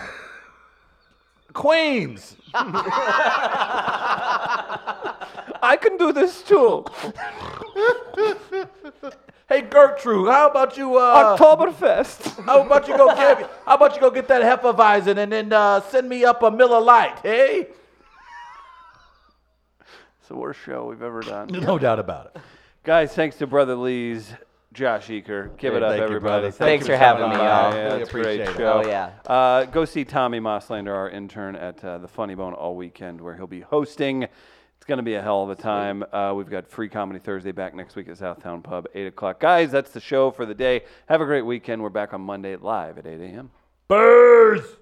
[SPEAKER 3] Queens.
[SPEAKER 1] I can do this too.
[SPEAKER 3] Hey Gertrude, how about you? Uh,
[SPEAKER 1] Oktoberfest.
[SPEAKER 3] how about you go get? How about you go get that Hefeweizen and then uh, send me up a Miller Lite, hey?
[SPEAKER 1] It's the worst show we've ever done.
[SPEAKER 3] No doubt about it.
[SPEAKER 1] Guys, thanks to Brother Lee's Josh Eaker. Give it
[SPEAKER 3] Hey,
[SPEAKER 1] up,
[SPEAKER 3] thank you,
[SPEAKER 1] everybody.
[SPEAKER 3] brother. Thanks
[SPEAKER 2] for having
[SPEAKER 1] coming
[SPEAKER 2] me,
[SPEAKER 1] by.
[SPEAKER 2] y'all.
[SPEAKER 1] Yeah,
[SPEAKER 3] Really
[SPEAKER 1] it's a great
[SPEAKER 3] appreciate it.
[SPEAKER 1] show.
[SPEAKER 2] Oh, yeah.
[SPEAKER 1] Uh, go see Tommy Moslander, our intern at uh, the Funny Bone all weekend, where he'll be hosting. It's going to be a hell of a time. Uh, we've got Free Comedy Thursday back next week at Southtown Pub, 8 o'clock. Guys, that's the show for the day. Have a great weekend. We're back on Monday live at 8 a.m.
[SPEAKER 3] Birds.